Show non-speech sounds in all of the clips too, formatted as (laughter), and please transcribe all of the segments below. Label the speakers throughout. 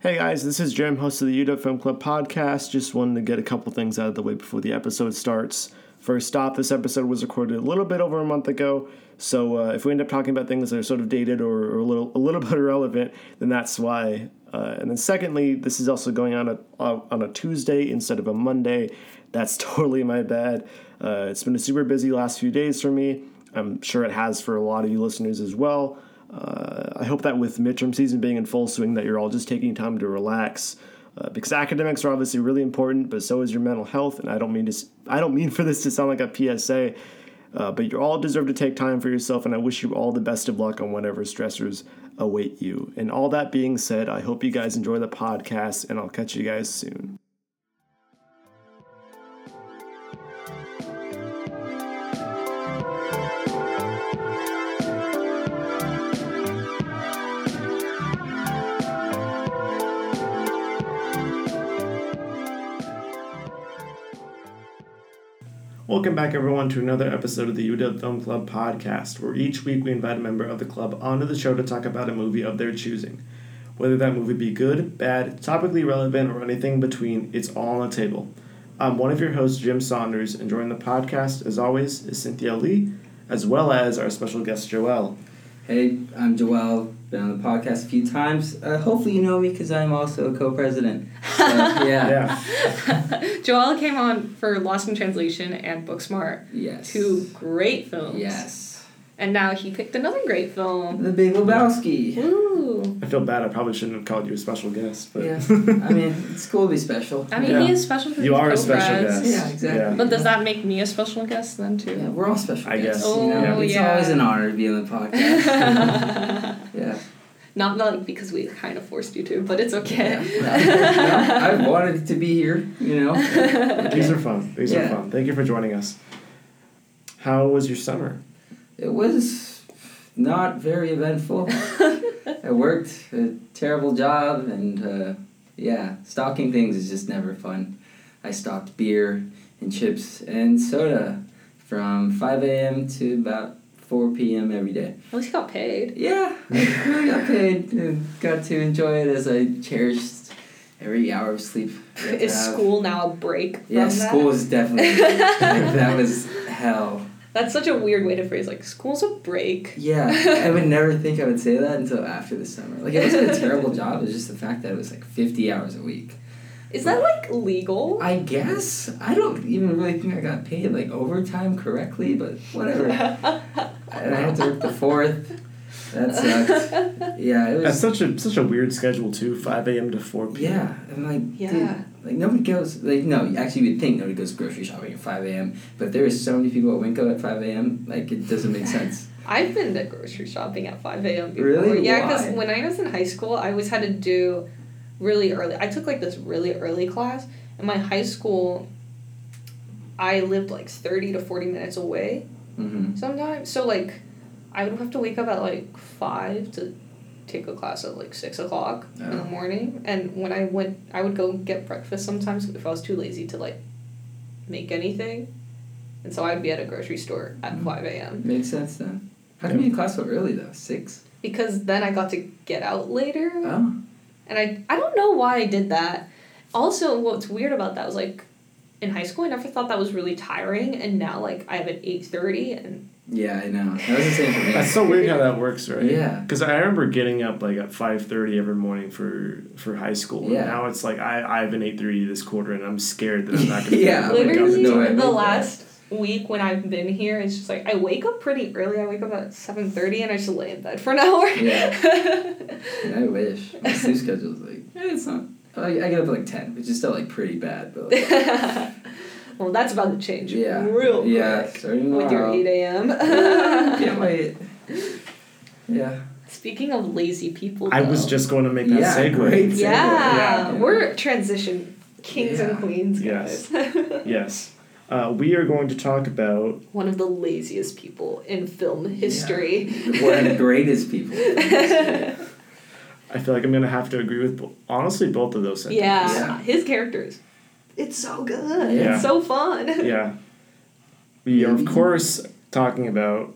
Speaker 1: Hey guys, this is Jim, host of the UW Film Club podcast. Just wanted to get a couple things out of the way before the episode starts. First off, this episode was recorded a little bit over a month ago, so uh, if we end up talking about things that are sort of dated or, or a little a little (laughs) bit irrelevant, then that's why. Uh, and then secondly, this is also going on a uh, on a Tuesday instead of a Monday. That's (laughs) totally my bad. Uh, it's been a super busy last few days for me. I'm sure it has for a lot of you listeners as well. Uh, I hope that with midterm season being in full swing, that you're all just taking time to relax, uh, because academics are obviously really important, but so is your mental health. And I don't mean to, I don't mean (laughs) for this to sound like a PSA, uh, but you all deserve to take time for yourself. And I wish you all the best of luck on whatever stressors await you. And all that being said, I hope you guys enjoy the podcast, and I'll catch you guys soon. Welcome back, everyone, to another episode of the UW Film Club podcast, where each week we invite a member of the club onto the show to talk about a movie of their choosing. Whether that movie be good, bad, topically relevant, or anything in between, it's all on the table. I'm one of your hosts, Jim Saunders, and joining the podcast, as always, is Cynthia Lee, as well as our special guest, Joelle.
Speaker 2: Hey, I'm Joel. Been on the podcast a few times. Uh, hopefully, you know me because I'm also a co-president.
Speaker 3: (laughs)
Speaker 2: So, yeah.
Speaker 1: Yeah,
Speaker 3: Joel came on for Lost in Translation and Booksmart,
Speaker 2: Yes.
Speaker 3: two great films.
Speaker 2: Yes.
Speaker 3: And now he picked another great film.
Speaker 2: The Big Lebowski.
Speaker 3: Ooh.
Speaker 1: I feel bad. I probably shouldn't have called you a special guest, but
Speaker 2: Yeah. (laughs) I mean, it's cool to be special.
Speaker 3: I mean,
Speaker 1: Yeah.
Speaker 3: he is special because
Speaker 1: you
Speaker 3: he's
Speaker 1: are a special
Speaker 3: co-preds.
Speaker 1: guest.
Speaker 2: Yeah, exactly.
Speaker 3: But does that make me a special guest then too?
Speaker 2: Yeah, we're all special
Speaker 1: I
Speaker 2: guests.
Speaker 1: guess.
Speaker 2: You know?
Speaker 3: Oh,
Speaker 2: it's
Speaker 3: yeah.
Speaker 2: always an honor to be
Speaker 3: (laughs)
Speaker 2: on the podcast. yeah.
Speaker 3: Not like because we kind of forced you to, but it's okay. (laughs)
Speaker 2: yeah. I wanted to be here. You know.
Speaker 1: These are fun. These are
Speaker 2: Yeah.
Speaker 1: fun. Thank you for joining us. How was your summer?
Speaker 2: It was not very
Speaker 3: (laughs)
Speaker 2: eventful. I worked a terrible job, and uh, yeah, stocking things is just never fun. I stocked beer and chips and soda from 5 a.m. to about 4 p.m. every day.
Speaker 3: At least he got paid.
Speaker 2: Yeah, I really got paid and got to enjoy it as I cherished every hour of sleep. I got to
Speaker 3: Is
Speaker 2: have.
Speaker 3: school now a break? From
Speaker 2: Yeah,
Speaker 3: that?
Speaker 2: school was definitely.
Speaker 3: (laughs)
Speaker 2: like, that was hell.
Speaker 3: That's such a weird way to phrase like school's a break.
Speaker 2: Yeah, I would never think I would say that until after the summer. Like it wasn't a terrible job. It was just the fact that it was like fifty hours a week.
Speaker 3: Is that like legal?
Speaker 2: I guess I don't even really think I got paid like overtime correctly, but whatever.
Speaker 3: (laughs)
Speaker 2: and I had to work the fourth. That sucked. Yeah, it
Speaker 1: That's
Speaker 2: was.
Speaker 1: such a such a weird schedule too. Five a.m. to four p.m.
Speaker 2: Yeah, and like
Speaker 3: Yeah.
Speaker 2: dude, like nobody goes like no. Actually, you'd think nobody goes grocery shopping at five a.m. But there is so many people at Winco at five a.m. Like it doesn't make sense.
Speaker 3: I've been to grocery shopping at 5 a.m. before.
Speaker 2: Really?
Speaker 3: Yeah, because
Speaker 2: Why?
Speaker 3: when I was in high school, I always had to do really early. I took like this really early class. In my high school, I lived like 30 to 40 minutes away
Speaker 2: Mm-hmm.
Speaker 3: sometimes. So, like, I would have to wake up at like 5 to take a class at like 6 o'clock in
Speaker 2: Oh.
Speaker 3: the morning. And when I went, I would go get breakfast sometimes if I was too lazy to like make anything. And so I'd be at a grocery store at
Speaker 2: Mm.
Speaker 3: 5 a.m.
Speaker 2: Makes sense then. How come you in class so early though? Six.
Speaker 3: because then I got to get out later.
Speaker 2: Oh.
Speaker 3: And I I don't know why I did that. Also, what's weird about that was like in high school I never thought that was really tiring and now like I have at 8:30 and
Speaker 2: Yeah, I know. That was the same
Speaker 3: (laughs)
Speaker 2: for me.
Speaker 1: That's so weird how that works, right?
Speaker 2: Yeah.
Speaker 1: Because I remember getting up like at five thirty every morning for for high school.
Speaker 2: Yeah.
Speaker 1: And now it's like I I have an eight thirty this quarter, and I'm scared that I'm not
Speaker 2: (laughs)
Speaker 1: gonna.
Speaker 2: Yeah,
Speaker 1: be able to wake
Speaker 3: literally
Speaker 1: up in
Speaker 2: no way.
Speaker 1: time.
Speaker 3: the
Speaker 2: Yeah.
Speaker 3: last week when I've been here it's just like I wake up pretty early. I wake up at 7:30 and I just lay in bed for an (laughs) hour.
Speaker 2: And I wish. My sleep schedule's like, eh, it's not. I, I get up at like 10, which is still like pretty bad, but
Speaker 3: (laughs)
Speaker 2: like,
Speaker 3: (laughs)
Speaker 2: (laughs)
Speaker 3: well, that's about to change
Speaker 2: yeah.
Speaker 3: real
Speaker 2: Yeah,
Speaker 3: quick
Speaker 2: starting
Speaker 3: with your
Speaker 2: tomorrow.
Speaker 3: 8
Speaker 2: (laughs)
Speaker 3: a.m. (laughs)
Speaker 2: Can't wait. Yeah.
Speaker 3: Speaking of lazy people,
Speaker 1: I was
Speaker 3: though.
Speaker 1: just going to make that
Speaker 2: Yeah,
Speaker 1: segue.
Speaker 2: great. It's
Speaker 3: Yeah,
Speaker 2: able- yeah.
Speaker 3: we're transition kings
Speaker 2: Yeah.
Speaker 3: and queens,
Speaker 1: Yes.
Speaker 3: guys.
Speaker 1: Yes. Uh, we are going to talk about
Speaker 3: (laughs) One of the laziest people in film history.
Speaker 2: One of the greatest
Speaker 3: (laughs)
Speaker 2: people. yeah.
Speaker 1: I feel like I'm gonna have to agree with bo- honestly both of those
Speaker 3: Yeah,
Speaker 1: sentiments.
Speaker 2: Yeah.
Speaker 3: his characters. It's so good.
Speaker 2: Yeah.
Speaker 3: It's so fun.
Speaker 1: (laughs) Yeah. We are of
Speaker 2: Maybe.
Speaker 1: course talking about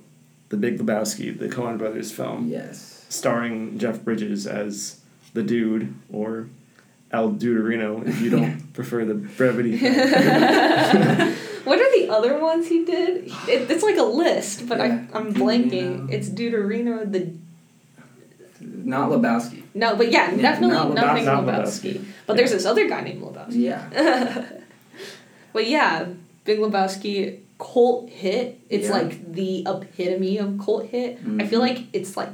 Speaker 1: the Big Lebowski, the Coen Brothers film.
Speaker 2: Yes.
Speaker 1: starring Jeff Bridges as the dude or El Duderino if you
Speaker 3: (laughs)
Speaker 1: don't prefer the brevity.
Speaker 2: (laughs)
Speaker 3: what are the other ones he did? It, it's like a list, but
Speaker 2: Yeah.
Speaker 3: I, I'm blanking.
Speaker 2: Duderino.
Speaker 3: It's Deuterino the
Speaker 2: Not Lebowski.
Speaker 3: no, but yeah,
Speaker 2: Yeah,
Speaker 3: definitely
Speaker 2: not Lebowski.
Speaker 3: nothing
Speaker 1: Not
Speaker 3: Lebowski.
Speaker 1: Lebowski.
Speaker 3: But
Speaker 1: Yeah.
Speaker 3: there's this other guy named Lebowski.
Speaker 2: Yeah.
Speaker 3: (laughs) but yeah, Big Lebowski cult hit. It's
Speaker 2: Yeah. Mm-hmm.
Speaker 3: like the epitome of cult hit. I feel like it's like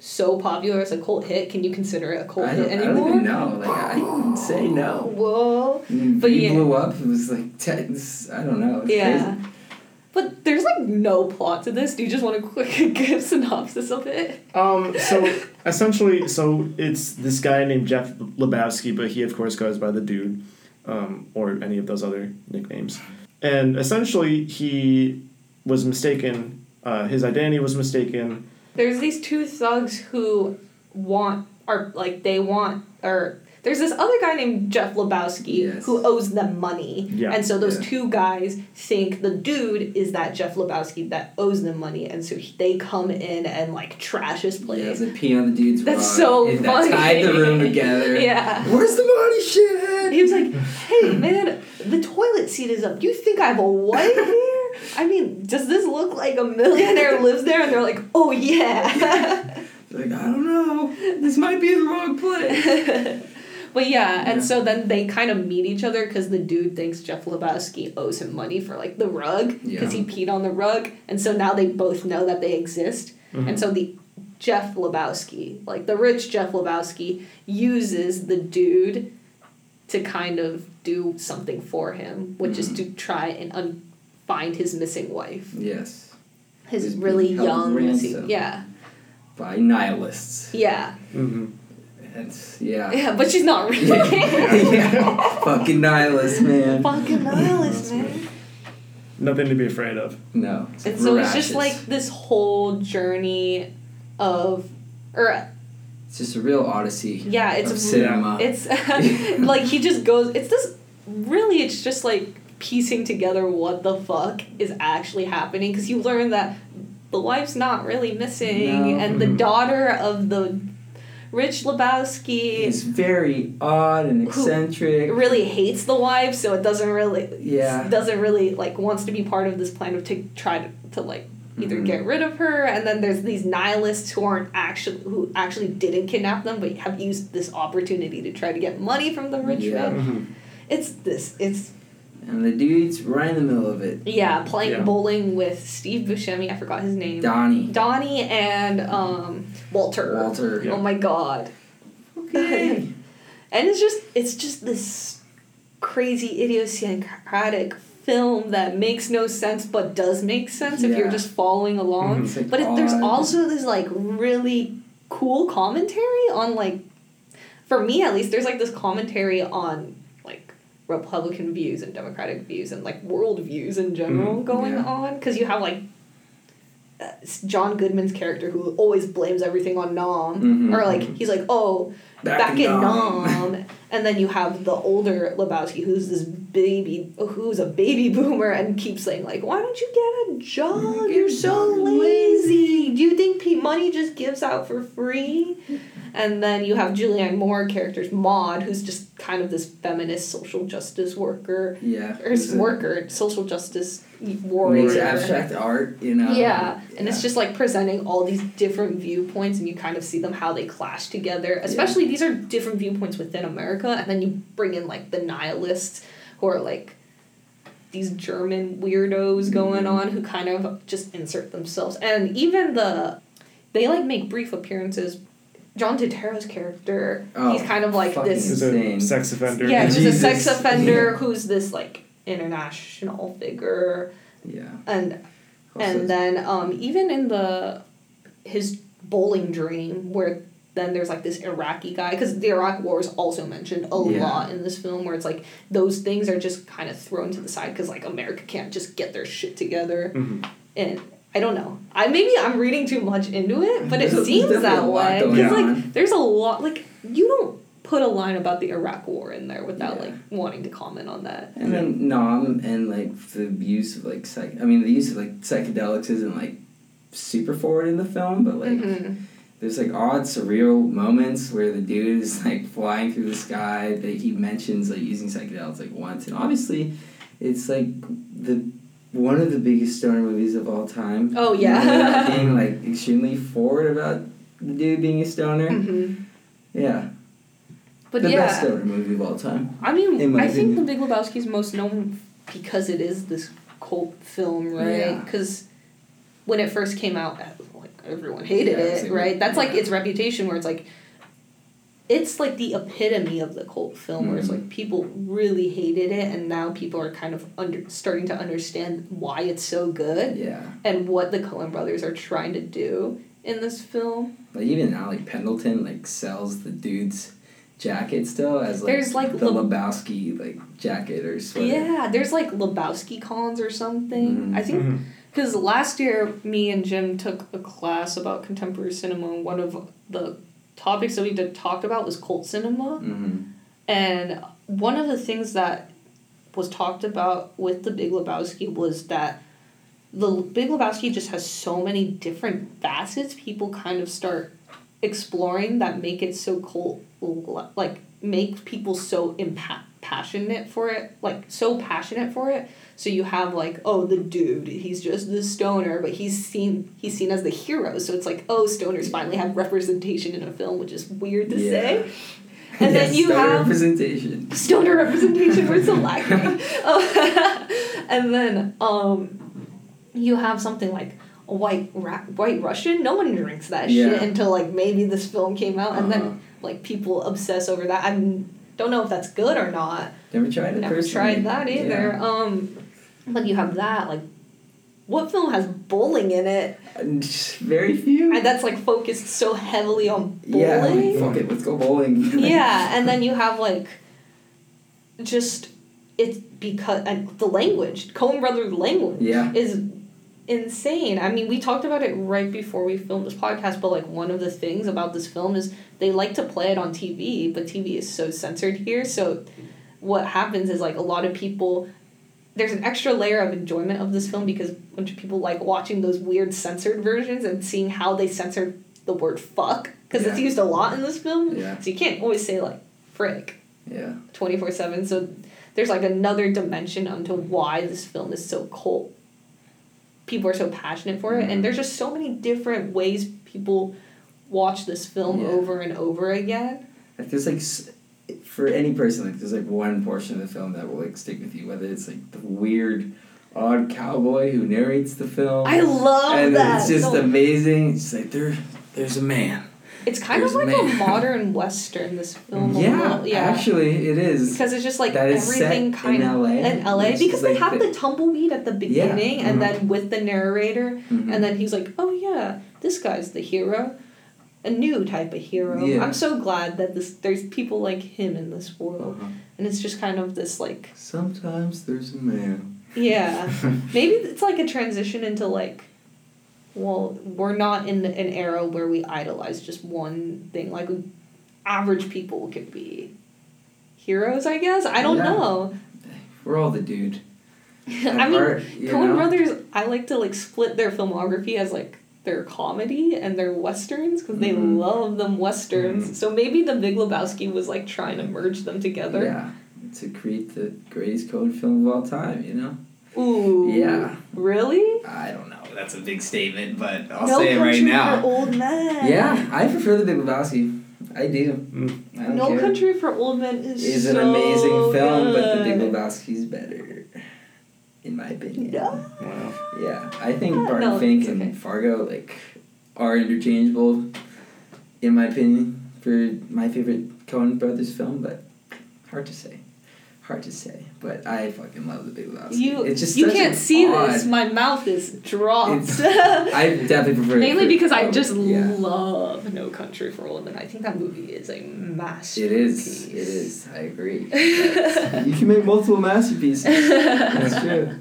Speaker 3: so popular as a cult hit. Can you consider it a cult
Speaker 2: I
Speaker 3: hit
Speaker 2: don't, I don't
Speaker 3: anymore?
Speaker 2: even know. Like I would say
Speaker 3: (gasps)
Speaker 2: no.
Speaker 3: Whoa. But
Speaker 2: But he
Speaker 3: yeah.
Speaker 2: blew up. It was like ten, it's- I don't know. It's
Speaker 3: Yeah.
Speaker 2: crazy.
Speaker 3: But there's like no plot to this. Do you just want a quick (laughs) good synopsis of it?
Speaker 1: Um, so essentially, so it's this guy named Jeff Lebowski, but he of course goes by the dude, um, or any of those other nicknames. And essentially, he was mistaken. Uh, his identity was mistaken.
Speaker 3: There's these two thugs who want are like they want or there's this other guy named Jeff Lebowski
Speaker 2: Yes.
Speaker 3: who owes them money.
Speaker 1: Yeah.
Speaker 3: And so those
Speaker 2: Yeah.
Speaker 3: two guys think the dude is that Jeff Lebowski that owes them money and so he- they come in and like trash his
Speaker 2: Yeah, it's
Speaker 3: place.
Speaker 2: a pee on the dude's
Speaker 3: That's
Speaker 2: rug,
Speaker 3: so
Speaker 2: and
Speaker 3: funny.
Speaker 2: That tied the room together.
Speaker 3: (laughs) yeah.
Speaker 2: Where's the money, shithead?
Speaker 3: He was like, "Hey man, the toilet seat is up. You think I have a wife here? I mean, does this look like a millionaire lives there?" And they're like, "Oh yeah." (laughs)
Speaker 2: Like, I don't know. This might be the wrong place.
Speaker 3: (laughs) but yeah,
Speaker 2: Yeah.
Speaker 3: and so then they kind of meet each other because the dude thinks Jeff Lebowski owes him money for like the rug because
Speaker 2: Yeah.
Speaker 3: he peed on the rug, and so now they both know that they exist,
Speaker 2: Mm-hmm.
Speaker 3: and so the Jeff Lebowski, like the rich Jeff Lebowski, uses the dude to kind of do something for him, which
Speaker 2: Mm-hmm.
Speaker 3: is to try and un- find his missing wife,
Speaker 2: Yes.
Speaker 3: his
Speaker 2: Who's
Speaker 3: really
Speaker 2: being held
Speaker 3: young missing.
Speaker 2: ransom.
Speaker 3: Yeah,
Speaker 2: By nihilists.
Speaker 3: yeah,
Speaker 1: Mm-hmm.
Speaker 2: And (laughs) yeah.
Speaker 3: yeah, but she's not really.
Speaker 2: yeah. Fucking nihilists, man.
Speaker 3: Fucking nihilist, man.
Speaker 1: Nothing to be afraid of.
Speaker 2: No.
Speaker 3: And so it's just
Speaker 2: voracious.
Speaker 3: like this whole journey of, or
Speaker 2: It's just a real odyssey.
Speaker 3: yeah, it's
Speaker 2: of
Speaker 3: a,
Speaker 2: cinema.
Speaker 3: it's (laughs) like he just goes. It's this really. It's just like piecing together what the fuck is actually happening because you learn that the wife's not really missing
Speaker 2: No. Mm-hmm.
Speaker 3: and the
Speaker 1: Mhm.
Speaker 3: daughter of the rich Lebowski
Speaker 2: It's very odd and
Speaker 3: Who-
Speaker 2: eccentric.
Speaker 3: really hates the wife, so it doesn't really
Speaker 2: Yeah.
Speaker 3: doesn't really like wants to be part of this plan of to try to, to like either
Speaker 2: Mhm.
Speaker 3: get rid of her and then there's these nihilists who aren't actually who actually didn't kidnap them but have used this opportunity to try to get money from the rich
Speaker 2: Yeah.
Speaker 3: man.
Speaker 1: Mm-hmm.
Speaker 3: It's this it's
Speaker 2: And the dude's right in the middle of it.
Speaker 3: yeah, playing
Speaker 1: Yeah.
Speaker 3: bowling with Steve Buscemi, I forgot his name.
Speaker 2: Donnie.
Speaker 3: Donnie and um Walter.
Speaker 2: Walter.
Speaker 1: Yeah.
Speaker 3: Oh my god. (laughs)
Speaker 2: Okay.
Speaker 3: And it's just it's just this crazy idiosyncratic film that makes no sense but does make sense if you're
Speaker 2: Yeah. Mm-hmm. Oh,
Speaker 3: just following along.
Speaker 1: Mhm.
Speaker 2: It's like
Speaker 3: But it, there's
Speaker 2: odd.
Speaker 3: also this like really cool commentary on like for me at least there's like this commentary on like Republican views and Democratic views and like world views in general going
Speaker 2: Mm, Yeah.
Speaker 3: on because you have like uh, s- John Goodman's character who always blames everything on Nam
Speaker 2: Mhm.
Speaker 3: or like he's like oh back, in Nam. And then you have the older Lebowski, who's this baby, who's a baby (laughs) boomer, and keeps saying like, "Why don't you get a job?
Speaker 2: get
Speaker 3: You're
Speaker 2: a
Speaker 3: so
Speaker 2: job, you're
Speaker 3: lazy. Do you think pe- money just gives out for free?" And then you have Julianne Moore characters, Maud, who's just kind of this feminist social justice worker,
Speaker 2: (laughs) Yeah.
Speaker 3: or s-
Speaker 2: It's a-
Speaker 3: worker, social justice
Speaker 2: More
Speaker 3: warrior.
Speaker 2: abstract art, you know.
Speaker 3: Yeah, and it's
Speaker 2: Yeah.
Speaker 3: just like presenting all these different viewpoints, and you kind of see them how they clash together. Especially these are different viewpoints within America, and then you bring in like the nihilists who are like these German weirdos going on who kind of just insert themselves, and even the they like make brief appearances. John Turturro's character,
Speaker 2: Oh,
Speaker 3: he's kind of like
Speaker 2: fucking
Speaker 3: this
Speaker 1: He's
Speaker 2: Insane.
Speaker 1: a sex offender.
Speaker 3: yeah, he's a
Speaker 2: Jesus.
Speaker 3: sex offender
Speaker 2: Yeah.
Speaker 3: who's this like international figure,
Speaker 2: Yeah.
Speaker 3: and
Speaker 2: Also,
Speaker 3: and then um, even in the his bowling dream where then there's like this iraqi guy because the iraq war is also mentioned a
Speaker 2: Yeah.
Speaker 3: lot in this film where it's like those things are just kind of thrown to the side because like america can't just get their shit together
Speaker 2: Mm.
Speaker 1: Mhm.
Speaker 3: and i don't know i maybe i'm reading too much into it but
Speaker 2: (laughs)
Speaker 3: it
Speaker 2: There's a-
Speaker 3: seems
Speaker 2: there's a
Speaker 3: that
Speaker 2: lot
Speaker 3: way
Speaker 2: going
Speaker 3: because
Speaker 2: on.
Speaker 3: like there's a lot like you don't put a line about the iraq war in there without
Speaker 2: Yeah.
Speaker 3: like wanting to comment on that
Speaker 2: And then Nom and like the use of like psych. I mean, the use of like psychedelics isn't like super forward in the film, but like
Speaker 3: Mhm.
Speaker 2: there's like odd surreal moments where the dude is like flying through the sky that he mentions like using psychedelics like once and obviously it's like the one of the biggest stoner movies of all time
Speaker 3: Oh, yeah.
Speaker 2: You know,
Speaker 3: (laughs)
Speaker 2: being like extremely forward about the dude being a stoner
Speaker 3: hmm
Speaker 2: yeah
Speaker 3: But
Speaker 2: the
Speaker 3: yeah,
Speaker 2: best stoner movie of all time
Speaker 3: I
Speaker 2: in
Speaker 3: mean,
Speaker 2: my
Speaker 3: I think The
Speaker 2: opinion.
Speaker 3: Big Lebowski is most known because it is this cult film, right?
Speaker 2: Yeah.
Speaker 3: Because when it first came out, e, like everyone hated
Speaker 2: Yeah,
Speaker 3: it,
Speaker 2: same.
Speaker 3: right? That's like
Speaker 2: Yeah.
Speaker 3: its reputation, where it's like it's like the epitome of the cult film, where it's
Speaker 2: Mhm.
Speaker 3: like people really hated it, and now people are kind of under starting to understand why it's so good
Speaker 2: yeah
Speaker 3: and what the Coen Brothers are trying to do in this film.
Speaker 2: like even Alec Pendleton like sells the dude's jacket still as like
Speaker 3: There's, like,
Speaker 2: the
Speaker 3: Le-
Speaker 2: Lebowski like jacket or sweater
Speaker 3: Yeah, there's like Lebowski cons or something.
Speaker 2: Mhm.
Speaker 3: I think
Speaker 1: Mm-hmm.
Speaker 3: Because last year, me and Jim took a class about contemporary cinema, and one of the topics that we did talk about was cult cinema.
Speaker 2: hmm
Speaker 3: And one of the things that was talked about with The Big Lebowski was that The Big Lebowski just has so many different facets people kind of start exploring that make it so cult, like make people so impact passionate for it like so passionate for it so you have like oh the dude he's just the stoner but he's seen he's seen as the hero so it's like oh stoners finally have representation in a film which is weird to
Speaker 2: Yeah.
Speaker 3: say And
Speaker 2: (laughs)
Speaker 3: then
Speaker 2: Yes,
Speaker 3: you
Speaker 2: no
Speaker 3: have-
Speaker 2: representation.
Speaker 3: stoner representation was so lacking. Oh, (laughs) and then um, you have something like a white ra- white Russian. No one drinks that shit
Speaker 2: Yeah.
Speaker 3: until like maybe this film came out, and
Speaker 2: Uh-huh.
Speaker 3: then like people obsess over that. I don't know if that's good or not.
Speaker 2: (laughs) Never tried it.
Speaker 3: Never
Speaker 2: personally.
Speaker 3: tried that either.
Speaker 2: Yeah.
Speaker 3: Um, but you have that like. What film has bowling in it?
Speaker 2: And Very few.
Speaker 3: And that's like focused so heavily on
Speaker 2: yeah. like,
Speaker 3: bowling.
Speaker 2: fuck it. Let's go (laughs) bowling.
Speaker 3: yeah, and then you have like just it's because and the language, Coen Brothers language,
Speaker 2: Yeah.
Speaker 3: is insane. I mean, we talked about it right before we filmed this podcast, but like one of the things about this film is they like to play it on TV, but TV is so censored here. So what happens is like a lot of people there's an extra layer of enjoyment of this film because a bunch of people like watching those weird censored versions and seeing how they censored the word fuck because it's
Speaker 2: Yeah.
Speaker 3: used a lot in this film.
Speaker 2: Yeah.
Speaker 3: So you can't always say like frick
Speaker 2: yeah.
Speaker 3: 24 7. So there's like another dimension onto why this film is so cult. People are so passionate for
Speaker 2: Mm-hmm.
Speaker 3: it, and there's just so many different ways people watch this film
Speaker 2: Yeah.
Speaker 3: over and over again.
Speaker 2: Like, there's like, s- for any person, like there's like one portion of the film that will like stick with you, whether it's like the weird, odd cowboy who narrates the film.
Speaker 3: I love
Speaker 2: and
Speaker 3: that.
Speaker 2: it's just
Speaker 3: so-
Speaker 2: amazing. It's like there, there's a man.
Speaker 3: it's kind of
Speaker 2: there's
Speaker 3: like a
Speaker 2: (laughs) man.
Speaker 3: modern western. This film, a
Speaker 2: yeah,
Speaker 3: little- yeah.
Speaker 2: Actually, it is.
Speaker 3: because it's just like
Speaker 2: That is set
Speaker 3: everything
Speaker 2: in
Speaker 3: kind of
Speaker 2: LA,
Speaker 3: in LA
Speaker 2: which
Speaker 3: because
Speaker 2: is,
Speaker 3: they
Speaker 2: like,
Speaker 3: have
Speaker 2: the-
Speaker 3: the tumbleweed at the beginning and
Speaker 2: mhm.
Speaker 3: then with the narrator
Speaker 2: Mhm.
Speaker 3: and then he's like, oh yeah, this guy's the hero, a new type of hero.
Speaker 2: Yeah.
Speaker 3: I'm so glad that this there's people like him in this world
Speaker 2: Uh-huh.
Speaker 3: and it's just kind of this like
Speaker 2: Sometimes there's a man. (laughs)
Speaker 3: yeah maybe it's like a transition into like. Well, we're not in an era where we idolize just one thing. Like, average people could be heroes, I guess. I don't
Speaker 2: Yeah.
Speaker 3: know. (laughs)
Speaker 2: We're all the dude.
Speaker 3: I
Speaker 2: At
Speaker 3: mean,
Speaker 2: heart, you
Speaker 3: Coen
Speaker 2: know?
Speaker 3: Brothers, I like to like split their filmography as like their comedy and their westerns because they
Speaker 2: Mhm.
Speaker 3: love them westerns.
Speaker 2: Mhm.
Speaker 3: So maybe The Big Lebowski was like trying to merge them together.
Speaker 2: Yeah, to create the greatest code film of all time, you know?
Speaker 3: Ooh.
Speaker 2: Yeah.
Speaker 3: Really?
Speaker 2: I don't know. That's a big statement, but I'll
Speaker 3: no country for old men.
Speaker 2: Yeah, I prefer The Big Lebowski. I do.
Speaker 1: Mm.
Speaker 2: I don't
Speaker 3: No
Speaker 2: care.
Speaker 3: Country for Old Men is
Speaker 2: is an
Speaker 3: so
Speaker 2: amazing film, but The Big
Speaker 3: good.
Speaker 2: Lebowski's better, in my opinion.
Speaker 3: No.
Speaker 1: Wow.
Speaker 2: Yeah, I think
Speaker 3: Yeah,
Speaker 2: Barton
Speaker 3: no,
Speaker 2: Fink
Speaker 3: it's okay.
Speaker 2: and Fargo like are interchangeable, in my opinion, for my favorite Coen Brothers film. But hard to say, hard to say. But I fucking love The Big Lebowski.
Speaker 3: You
Speaker 2: it's just
Speaker 3: you
Speaker 2: such
Speaker 3: can't
Speaker 2: an
Speaker 3: see
Speaker 2: odd-
Speaker 3: this. My mouth is (laughs) dropped.
Speaker 2: I definitely prefer. it
Speaker 3: Mainly
Speaker 2: for-
Speaker 3: because I
Speaker 2: oh,
Speaker 3: just
Speaker 2: yeah.
Speaker 3: love No Country for Old Men. I think that movie is a masterpiece.
Speaker 2: It is. It is. I agree. (laughs)
Speaker 3: (laughs)
Speaker 2: you can make multiple masterpieces. That's true.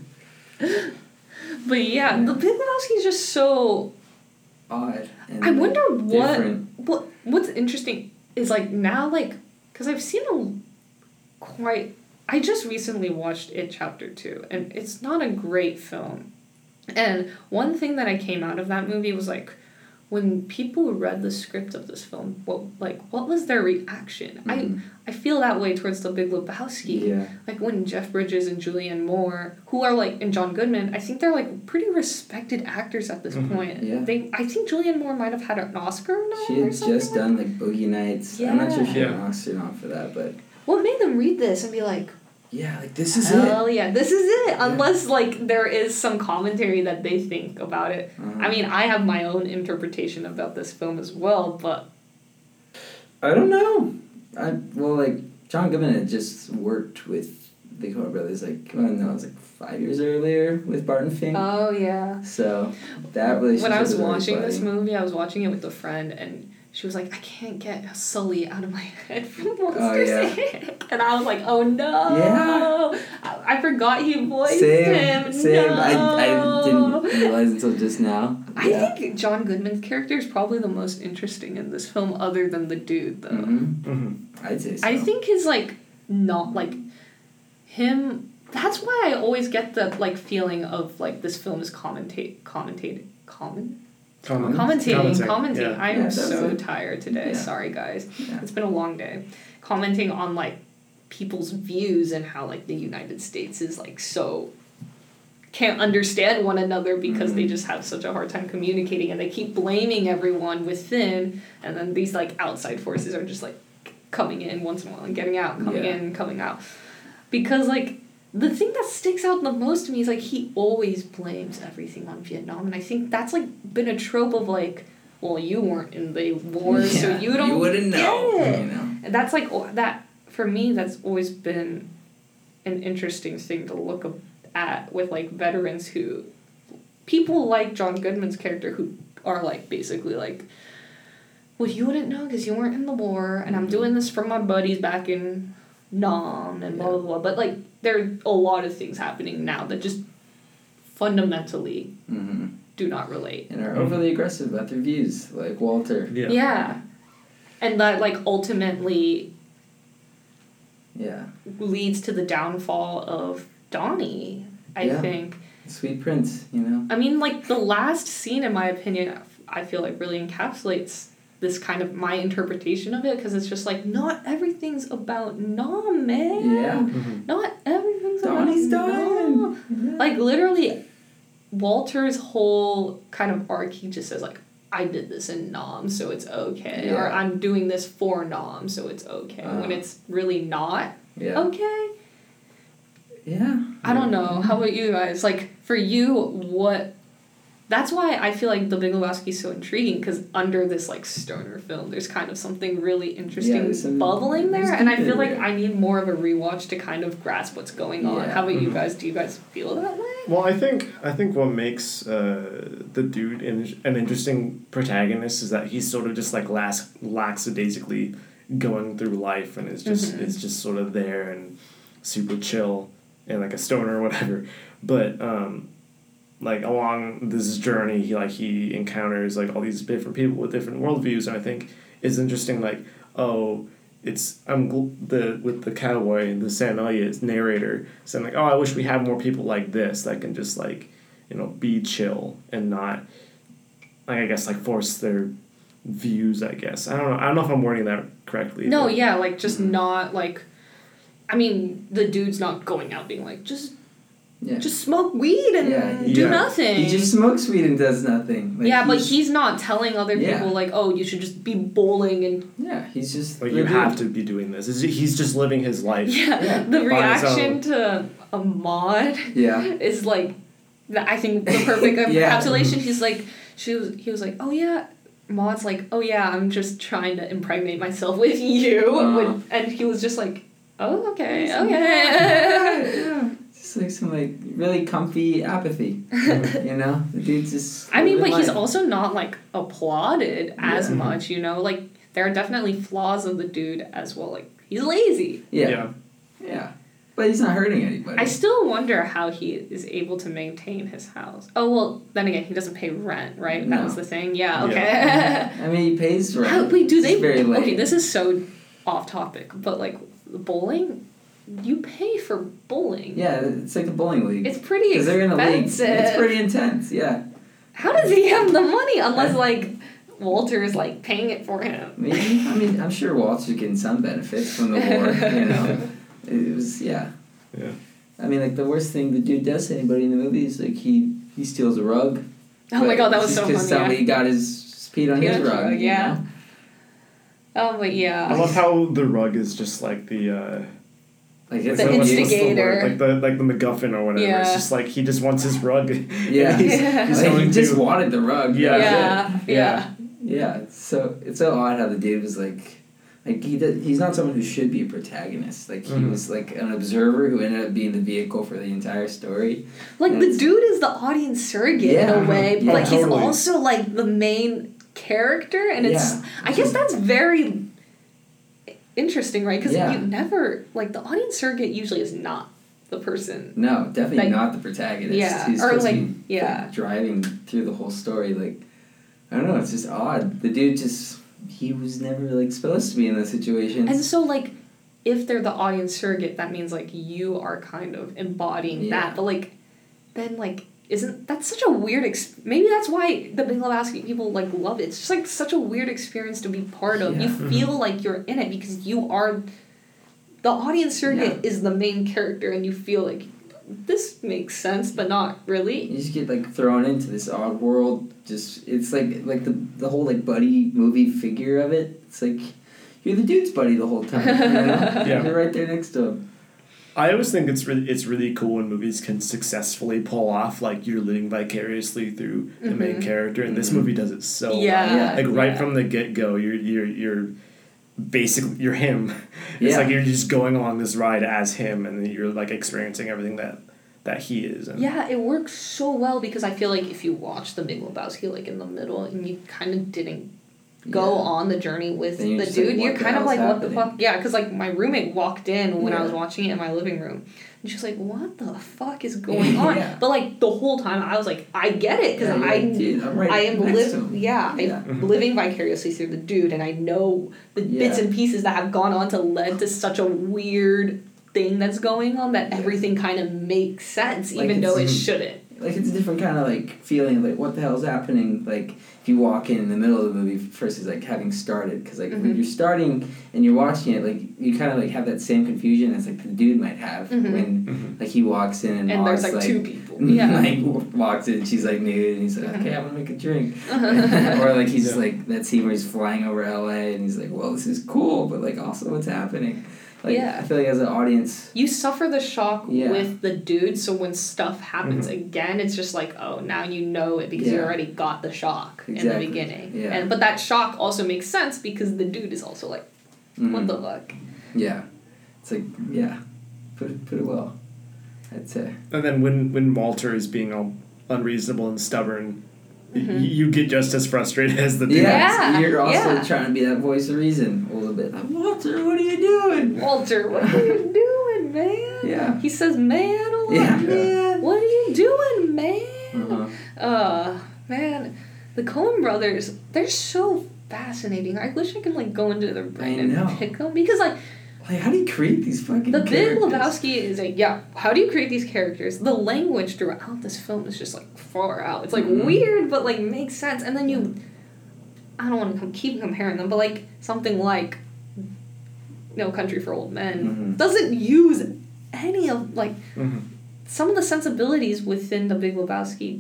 Speaker 3: But yeah,
Speaker 2: Yeah.
Speaker 3: The Big Lebowski is just so.
Speaker 2: (laughs) Odd. And
Speaker 3: I wonder what
Speaker 2: Different.
Speaker 3: what what's interesting is like now like because I've seen a quite. I just recently watched It Chapter Two, and it's not a great film. And one thing that I came out of that movie was like, when people read the script of this film, what like what was their reaction?
Speaker 2: Mhm.
Speaker 3: I I feel that way towards The Big Lebowski.
Speaker 2: Yeah.
Speaker 3: Like when Jeff Bridges and Julianne Moore, who are like and John Goodman, I think they're like pretty respected actors at this
Speaker 1: Mhm.
Speaker 3: point.
Speaker 2: Yeah.
Speaker 3: They I think Julianne Moore might have had an Oscar nom
Speaker 2: She
Speaker 3: or
Speaker 2: had
Speaker 3: something.
Speaker 2: just done like Boogie Nights. I'm not sure if she got an
Speaker 1: Yeah.
Speaker 2: Oscar nom for that, but
Speaker 3: what made them read this and be like,
Speaker 2: yeah, like this is it.
Speaker 3: Hell yeah, this is it. Unless like there is some commentary that they think about it.
Speaker 2: Uh-huh.
Speaker 3: I mean, I have my own interpretation about this film as well, but
Speaker 2: I don't know. I well, like John Goodman had just worked with the Coen Brothers. Like, I don't know, it was like five years earlier with Barton Fink.
Speaker 3: oh yeah.
Speaker 2: so that really.
Speaker 3: When I was watching this movie, I was watching it with a friend and she was like, I can't get Sully out of my (laughs) head from Monsters
Speaker 2: Oh, yeah.
Speaker 3: Inc." And I was like, oh no.
Speaker 2: Yeah.
Speaker 3: I, I forgot he voiced
Speaker 2: Same,
Speaker 3: him.
Speaker 2: same.
Speaker 3: No.
Speaker 2: I, I didn't realize until just now.
Speaker 3: I think John Goodman's character is probably the most interesting in this film, other than the dude, though.
Speaker 2: hmm
Speaker 1: Mhm.
Speaker 2: I'd say so.
Speaker 3: I think his like not like him. That's why I always get the like feeling of like this film is commentate commentate common
Speaker 1: Comment-
Speaker 3: commentating
Speaker 1: commenting,
Speaker 3: commenting.
Speaker 1: yeah.
Speaker 3: I am
Speaker 2: Yeah, that's
Speaker 3: so
Speaker 2: it.
Speaker 3: tired today.
Speaker 2: Yeah.
Speaker 3: Sorry guys,
Speaker 2: Yeah.
Speaker 3: it's been a long day. Commenting on like people's views and how like the United States is like so can't understand one another because
Speaker 1: Mm-hmm.
Speaker 3: they just have such a hard time communicating and they keep blaming everyone within and then these like outside forces are just like coming in once in a while and getting out coming
Speaker 2: Yeah.
Speaker 3: in coming out because like the thing that sticks out the most to me is like he always blames everything on vietnam and i think that's like been a trope of like well you weren't in the war so
Speaker 2: Yeah,
Speaker 3: you don't
Speaker 2: You wouldn't
Speaker 3: get
Speaker 2: know.
Speaker 3: it
Speaker 2: You know.
Speaker 3: and that's like o- that for me that's always been an interesting thing to look ab- at with like veterans who people like john goodman's character who are like basically like well you wouldn't know because you weren't in the war and i'm doing this for my buddies back in nam and blah blah blah but like there are a lot of things happening now that just fundamentally
Speaker 2: hmm
Speaker 3: do not relate
Speaker 2: And are overly aggressive about their views, like Walter.
Speaker 1: Yeah.
Speaker 3: yeah. and that like ultimately
Speaker 2: Yeah.
Speaker 3: leads to the downfall of Donnie, I
Speaker 2: Yeah.
Speaker 3: think.
Speaker 2: Sweet Prince. You know.
Speaker 3: I mean, like, the last scene, in my opinion, I feel like really encapsulates this kind of my interpretation of it because it's just like, not everything's about Nah, man.
Speaker 2: Yeah. Mm-hmm.
Speaker 1: Mhm.
Speaker 3: Not everything's
Speaker 2: Donnie's
Speaker 3: about
Speaker 2: dying.
Speaker 3: Nah. Like, literally, Walter's whole kind of arc, he just says, like, I did this in Nom, so it's okay. Or
Speaker 2: Yeah.
Speaker 3: I'm doing this for Nom, so it's okay. When
Speaker 2: Uh-huh.
Speaker 3: it's really not
Speaker 2: Yeah.
Speaker 3: okay.
Speaker 2: oh. Yeah.
Speaker 3: I don't know. How about you guys? Like for you, what? That's why I feel like The Big Lebowski is so intriguing because under this like stoner film, there's kind of something really interesting
Speaker 2: there's some-
Speaker 3: bubbling
Speaker 2: there's
Speaker 3: there, and I
Speaker 2: something
Speaker 3: feel like
Speaker 2: there.
Speaker 3: I need more of a rewatch to kind of grasp what's going on.
Speaker 2: Yeah.
Speaker 3: How about you
Speaker 1: Mhm.
Speaker 3: guys? Do you guys feel that way?
Speaker 1: Well, I think I think what makes uh, the dude in, an interesting protagonist is that he's sort of just like las lackadaisically going through life and is just is just sort of there and super chill and like a stoner or whatever. But um, like along this journey, he like he encounters like all these different people with different worldviews, and I think it's interesting. Like oh, it's I'm gl- the with the cowboy, the Sam Elliott's narrator saying like oh, I wish we had more people like this that can just like you know be chill and not like I guess like force their views. I guess I don't know. I don't know if I'm wording that correctly.
Speaker 3: No,
Speaker 1: but-
Speaker 3: yeah, like
Speaker 2: Mm-hmm.
Speaker 3: just not like. I mean, the dude's not going out being like just
Speaker 2: Yeah.
Speaker 3: just smoke weed and
Speaker 2: Yeah,
Speaker 3: do
Speaker 1: yeah.
Speaker 3: nothing.
Speaker 2: He just smokes weed and does nothing. Like,
Speaker 3: yeah, but
Speaker 2: he's-
Speaker 3: he's not telling other
Speaker 2: Yeah.
Speaker 3: people like, "Oh, you should just be bowling and
Speaker 2: Yeah, he's just.
Speaker 1: Like you have to be doing this. It's- He's just living his life.
Speaker 3: Yeah,
Speaker 2: Yeah.
Speaker 3: the
Speaker 1: By its
Speaker 3: reaction to a mod (laughs)
Speaker 2: Yeah.
Speaker 3: is like, the- I think the
Speaker 2: (laughs)
Speaker 3: perfect
Speaker 2: Yeah.
Speaker 3: encapsulation. He's like, she was, he was like, oh yeah, mod's like, oh yeah, I'm just trying to impregnate myself with you,
Speaker 2: Uh-huh.
Speaker 3: With- and he was just like, oh okay, (laughs) okay.
Speaker 2: yeah. Just like some like really comfy apathy. you know, the dude's just.
Speaker 3: I mean, but
Speaker 2: living
Speaker 3: he's
Speaker 2: life.
Speaker 3: also not like applauded as
Speaker 2: Yeah.
Speaker 3: much, you know. Like there are definitely flaws of the dude as well. Like he's lazy.
Speaker 2: Yeah. Yeah.
Speaker 1: yeah.
Speaker 2: But he's not hurting anybody.
Speaker 3: I still wonder how he is able to maintain his house. Oh well, then again, he doesn't pay rent, right? That
Speaker 2: No.
Speaker 3: was the thing. Yeah.
Speaker 1: Yeah.
Speaker 2: (laughs)
Speaker 3: Okay.
Speaker 2: I mean, he pays rent.
Speaker 3: how, wait, do
Speaker 2: It's
Speaker 3: they?
Speaker 2: Very late.
Speaker 3: Okay, this is so off topic, but like bowling, you pay for bowling.
Speaker 2: Yeah, it's like the bowling league.
Speaker 3: It's pretty
Speaker 2: they're in a league.
Speaker 3: expensive.
Speaker 2: It's pretty intense. Yeah.
Speaker 3: How does he have the money unless like Walter's like paying it for him.
Speaker 2: Maybe. I mean, I'm sure Walter's getting some benefits from the war. You
Speaker 3: (laughs)
Speaker 2: know, it was yeah.
Speaker 1: Yeah.
Speaker 2: I mean, like the worst thing the dude does to anybody in the movie is like he he steals a rug.
Speaker 3: Oh my
Speaker 2: but
Speaker 3: god, that
Speaker 2: it's just
Speaker 3: was so
Speaker 2: 'cause
Speaker 3: funny.
Speaker 2: Somebody
Speaker 3: yeah.
Speaker 2: got his feet on
Speaker 3: Feet
Speaker 2: his
Speaker 3: on his
Speaker 2: rug.
Speaker 3: rug,
Speaker 2: you
Speaker 3: yeah.
Speaker 2: know?
Speaker 3: Oh, but
Speaker 1: I
Speaker 3: yeah.
Speaker 1: love how the rug is just like the uh,
Speaker 2: Like
Speaker 1: like
Speaker 2: it's
Speaker 4: The
Speaker 1: what's-
Speaker 2: like-
Speaker 1: what's the
Speaker 4: instigator.
Speaker 1: word? like the like the MacGuffin or whatever. It's
Speaker 3: Yeah.
Speaker 1: just like he just wants his rug. (laughs)
Speaker 2: Yeah.
Speaker 1: he's,
Speaker 3: Yeah.
Speaker 1: he's
Speaker 2: like,
Speaker 1: going
Speaker 2: he just
Speaker 1: to-
Speaker 2: wanted the rug.
Speaker 1: Yeah.
Speaker 2: that's
Speaker 3: Yeah.
Speaker 2: it.
Speaker 3: Yeah.
Speaker 2: Yeah. It's so it's so odd how the dude was like, like he did, he's not someone who should be a protagonist. Like he
Speaker 1: Mhm.
Speaker 2: was like an observer who ended up being the vehicle for the entire story.
Speaker 4: Like the
Speaker 2: That's-
Speaker 4: dude is the audience surrogate in
Speaker 2: Yeah. Oh,
Speaker 4: a way, but
Speaker 2: Yeah,
Speaker 4: like he's
Speaker 1: totally.
Speaker 4: also like the main character, and it's
Speaker 2: Yeah.
Speaker 4: I guess that's very
Speaker 3: Interesting, right? Because
Speaker 2: Yeah.
Speaker 3: you never, like, the audience surrogate usually is not the person.
Speaker 2: No, definitely
Speaker 3: Like-
Speaker 2: not the protagonist.
Speaker 3: Yeah.
Speaker 2: Who's
Speaker 3: Or,
Speaker 2: supposed
Speaker 3: like,
Speaker 2: to be
Speaker 3: yeah.
Speaker 2: driving through the whole story. Like, I don't know. It's just odd. The dude just he was never like supposed to be in those situations.
Speaker 3: And so, like, if they're the audience surrogate, that means, like, you are kind of embodying
Speaker 2: Yeah.
Speaker 3: that. But, like, then, like, isn't that's such a weird ex- maybe that's why the big lebowski people like love it it's just like such a weird experience to be part of you
Speaker 2: Yeah.
Speaker 1: Mm-hmm.
Speaker 3: feel like you're in it because you are the audience surrogate is the main character and you feel like this makes sense but not really
Speaker 2: you just get like thrown into this odd world. Just it's like like the the whole like buddy movie figure of it. It's like you're the dude's buddy the whole time. You
Speaker 3: (laughs)
Speaker 2: know?
Speaker 1: Yeah.
Speaker 2: You're right there next to him.
Speaker 1: I always think it's really it's really cool when movies can successfully pull off like you're living vicariously through the main character, and this
Speaker 2: Mhm.
Speaker 1: movie does it so well.
Speaker 3: Mm-hmm. yeah
Speaker 1: like right
Speaker 3: yeah.
Speaker 1: from the get go, you're you're you're basically you're him. (laughs) It's
Speaker 2: Yeah.
Speaker 1: like you're just going along this ride as him, and you're like experiencing everything that that he is. And
Speaker 3: Yeah, it works so well because I feel like if you watch the Big Lebowski like in the middle and you kind of didn't go
Speaker 2: Yeah.
Speaker 3: on the journey with
Speaker 2: Then you're
Speaker 3: the
Speaker 2: just like,
Speaker 3: dude,
Speaker 2: what
Speaker 3: you're
Speaker 2: the
Speaker 3: kind of
Speaker 2: hell's
Speaker 3: like, what the
Speaker 2: happening?
Speaker 3: fuck? Yeah, because like my roommate walked in when I
Speaker 2: Yeah.
Speaker 3: was watching it in my living room, and she's like, "What the fuck is going
Speaker 2: (laughs) Yeah.
Speaker 3: on?" But like the whole time, I was like, "I get it," because
Speaker 2: Yeah, you're
Speaker 3: I
Speaker 2: like, dude, I'm right
Speaker 3: I am
Speaker 2: next to
Speaker 3: live
Speaker 2: him.
Speaker 3: yeah,
Speaker 2: Yeah.
Speaker 3: I'm living vicariously through the dude and I know the bits
Speaker 2: Yeah.
Speaker 3: and pieces that have gone on to lead to such a weird thing that's going on that
Speaker 2: Yeah.
Speaker 3: everything kind of makes sense
Speaker 2: Like
Speaker 3: even though it
Speaker 2: it's- (laughs)
Speaker 3: shouldn't.
Speaker 2: Like it's a different kind of like feeling. Like what the hell's happening? Like if you walk in in the middle of the movie versus like having started. Because like when
Speaker 3: Mhm.
Speaker 2: you're starting and you're watching it, like you kind of like have that same confusion as like the dude might have
Speaker 3: Mhm.
Speaker 2: when
Speaker 1: Mhm.
Speaker 2: like he walks in and,
Speaker 3: And there's
Speaker 2: Maud's,
Speaker 3: like two people.
Speaker 2: (laughs) like w- walks in, she's like nude, and he's like, "Okay, I'm gonna make a
Speaker 3: (laughs)
Speaker 2: drink."
Speaker 3: Yeah.
Speaker 2: or like he's
Speaker 1: Yeah.
Speaker 2: like that scene where he's flying over LA, and he's like, "Well, this is cool, but like also what's happening?" Like
Speaker 3: Yeah.
Speaker 2: I feel like as an audience,
Speaker 3: you suffer the shock
Speaker 2: Yeah. Mm-hmm.
Speaker 3: with the dude, so when stuff happens again, it's just like, oh, now you know it because you
Speaker 2: Yeah.
Speaker 3: already got the shock in
Speaker 2: Exactly.
Speaker 3: the beginning.
Speaker 2: Yeah.
Speaker 3: And but that shock also makes sense because the dude is also like, what
Speaker 2: mm,
Speaker 3: the fuck?
Speaker 2: yeah, it's like yeah, put it put it well. I'd say
Speaker 1: and then when when Walter is being all unreasonable and stubborn, y-
Speaker 3: Mm-hmm.
Speaker 1: you get just as frustrated (laughs) as the dude.
Speaker 3: Yeah,
Speaker 2: so you're also
Speaker 3: yeah.
Speaker 2: trying to be that voice of reason a little bit. Like, Walter, what are you
Speaker 3: (laughs)
Speaker 2: doing?
Speaker 3: Walter, what are you
Speaker 2: (laughs)
Speaker 3: doing, man?
Speaker 2: Yeah.
Speaker 3: He says man a lot.
Speaker 2: Yeah.
Speaker 3: Man. What are you doing, man?
Speaker 2: Uh-huh.
Speaker 3: Uh, man, the Coen brothers, they're so fascinating. I wish I could like go into their brain
Speaker 2: know.
Speaker 3: and pick them because like
Speaker 2: Like how do you create these fucking
Speaker 3: the Big
Speaker 2: characters?
Speaker 3: Lebowski is like, yeah, how do you create these characters? The language throughout this film is just like far out. It's like
Speaker 2: Mhm.
Speaker 3: weird, but like makes sense. And then you, I don't want to com- keep comparing them, but like something like No Country for Old Men
Speaker 2: Mhm.
Speaker 3: doesn't use any of like
Speaker 2: Mm-hmm.
Speaker 1: Mhm.
Speaker 3: some of the sensibilities within the Big Lebowski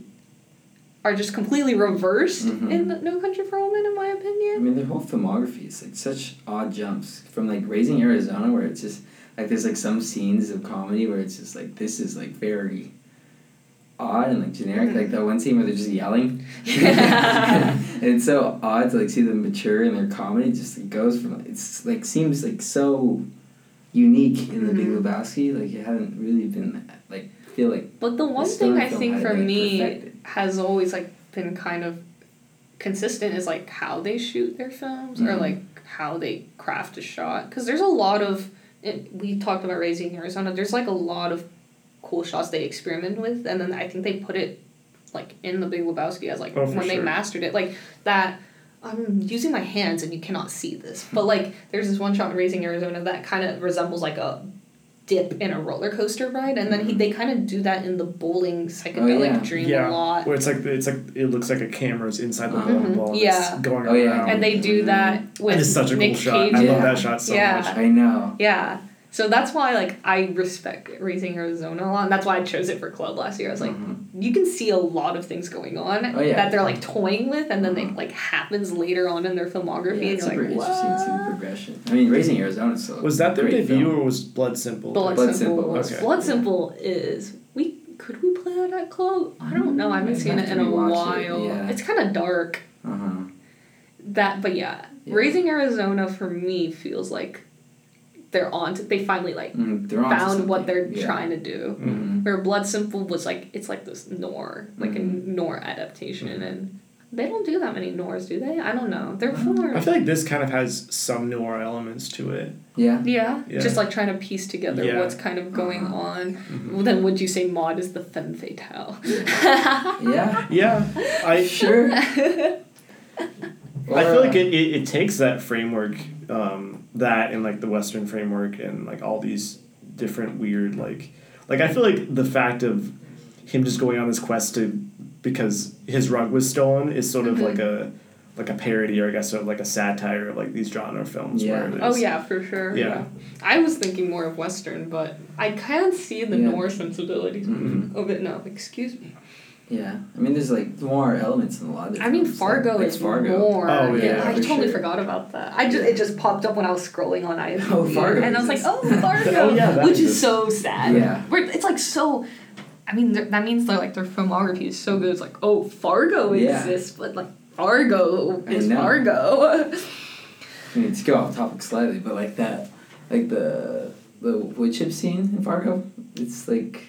Speaker 3: are just completely reversed
Speaker 2: Mhm.
Speaker 3: in the No Country for Old Men, in my
Speaker 2: I
Speaker 3: opinion.
Speaker 2: mean, their whole filmography is like such odd jumps from like Raising Arizona, where it's just like there's like some scenes of comedy where it's just like this is like very odd and like generic. Like that one scene where they're just
Speaker 3: (laughs)
Speaker 2: yelling, (laughs) and it's so odd to like see them mature in their comedy. It Just like, goes from it's like seems like so unique in the
Speaker 3: Mhm.
Speaker 2: Big Lebowski. Like it hadn't really been like feel like
Speaker 3: But the one
Speaker 2: The
Speaker 3: thing I
Speaker 2: story film
Speaker 3: think
Speaker 2: had
Speaker 3: for
Speaker 2: it, like,
Speaker 3: me
Speaker 2: perfected.
Speaker 3: has always like been kind of consistent is like how they shoot their films or
Speaker 1: Mm-hmm.
Speaker 2: Mhm.
Speaker 3: like how they craft a shot because there's a lot of it, we talked about raising Arizona. There's like a lot of cool shots they experiment with, and then I think they put it like in the Big Lebowski as like
Speaker 1: Oh, for
Speaker 3: when they
Speaker 1: sure.
Speaker 3: mastered it, like that. I'm using my hands and you cannot see this, but like there's this one shot in Raising Arizona that kind of resembles like a
Speaker 4: dip in a roller coaster ride, and then he, they kind of do that in the bowling psychedelic
Speaker 2: Oh, yeah.
Speaker 4: dream
Speaker 1: yeah,
Speaker 4: a lot.
Speaker 1: where it's like it's like it looks like a camera's inside the
Speaker 2: Mhm,
Speaker 1: bowling ball. and
Speaker 3: Mm-hmm. yeah.
Speaker 1: it's going
Speaker 2: Oh, yeah.
Speaker 1: around.
Speaker 3: And they do that with
Speaker 1: and it's such a
Speaker 3: Nick
Speaker 1: cool shot.
Speaker 3: Cage.
Speaker 1: I
Speaker 2: Yeah.
Speaker 1: love that shot so
Speaker 3: Yeah.
Speaker 1: much.
Speaker 2: I know.
Speaker 3: Yeah. So that's why like I respect Raising Arizona a lot. And that's why I chose it for club last year. I was like,
Speaker 2: Mhm.
Speaker 1: Mm-hmm.
Speaker 3: you can see a lot of things going on
Speaker 2: Oh, yeah.
Speaker 3: that they're like toying with and then
Speaker 2: Mhm.
Speaker 3: they like happens later on in their filmography
Speaker 2: Yeah,
Speaker 3: and
Speaker 2: it's
Speaker 3: you're
Speaker 2: super
Speaker 3: like,
Speaker 2: interesting to see the
Speaker 3: what?
Speaker 2: progression. I mean, Raising Arizona is still a
Speaker 1: Was that their
Speaker 2: great
Speaker 1: debut
Speaker 2: film.
Speaker 1: or was Blood Simple?
Speaker 3: Blood,
Speaker 2: Blood
Speaker 3: Simple.
Speaker 2: Simple
Speaker 3: was-
Speaker 1: was-
Speaker 3: Blood
Speaker 2: yeah.
Speaker 3: Simple is we could we play that at club? I don't know. I haven't
Speaker 2: I'd
Speaker 3: seen
Speaker 2: have
Speaker 3: it
Speaker 2: to
Speaker 3: in a
Speaker 2: rewatch it,
Speaker 3: while.
Speaker 2: yeah.
Speaker 3: It's kind of dark.
Speaker 2: Uh-huh.
Speaker 3: That but yeah.
Speaker 2: Yeah.
Speaker 3: Raising Arizona for me feels like they're on to, they finally like
Speaker 2: Mm, they're onto
Speaker 3: found what
Speaker 2: something.
Speaker 3: they're
Speaker 2: yeah.
Speaker 3: trying to do.
Speaker 2: hmm
Speaker 3: Where Blood Simple was like it's like this Nor, like
Speaker 2: Mhm.
Speaker 3: a Nor adaptation,
Speaker 2: Mm-hmm.
Speaker 3: and they don't do that many Nors, do they? I don't know. They're more
Speaker 1: I feel like this kind of has some noir elements to it.
Speaker 3: (laughs)
Speaker 2: Yeah.
Speaker 3: yeah,
Speaker 1: Yeah.
Speaker 3: just like trying to piece together
Speaker 1: Yeah.
Speaker 3: what's kind of going
Speaker 2: Uh-huh.
Speaker 3: on. Well, then would you say Maud is the femme fatale?
Speaker 2: Yeah.
Speaker 1: Yeah,
Speaker 3: (laughs)
Speaker 1: I
Speaker 2: Sure.
Speaker 1: I feel
Speaker 2: Uh,
Speaker 1: like it, it, it takes that framework, um, that and like the Western framework and like all these different weird like like I feel like the fact of him just going on this quest to because his rug was stolen is sort of like a
Speaker 3: Mm-hmm.
Speaker 1: like a parody or I guess sort of like a satire of like these genre films
Speaker 2: Yeah.
Speaker 1: where there's,
Speaker 3: oh yeah, for sure.
Speaker 1: Yeah.
Speaker 3: I was thinking more of Western, but I can see the
Speaker 2: Yeah.
Speaker 3: Nor sensibilities
Speaker 2: Mhm.
Speaker 3: of it now. Excuse me.
Speaker 2: Yeah. I mean, there's like noir elements in a lot of.
Speaker 3: I mean,
Speaker 2: films,
Speaker 3: Fargo
Speaker 2: like,
Speaker 3: is
Speaker 2: Fargo.
Speaker 3: more.
Speaker 1: Oh, yeah,
Speaker 3: I
Speaker 2: for
Speaker 3: totally
Speaker 2: sure.
Speaker 3: forgot about that. I just it just popped up when I was scrolling on
Speaker 2: (laughs)
Speaker 3: IMDb,
Speaker 2: Oh, Fargo
Speaker 3: and I was like,
Speaker 2: exists.
Speaker 3: oh, Fargo,
Speaker 1: Oh, yeah, that
Speaker 3: which is
Speaker 1: exists.
Speaker 3: so sad.
Speaker 2: Yeah.
Speaker 3: We're, it's like so. I mean, they're- that means they're like their filmography is so good. It's like, oh, Fargo
Speaker 2: Yeah.
Speaker 3: exists, but like Fargo
Speaker 2: I
Speaker 3: is
Speaker 2: know.
Speaker 3: Fargo.
Speaker 2: I mean, to go off topic slightly, but like that, like the the wood chip scene in Fargo, it's like,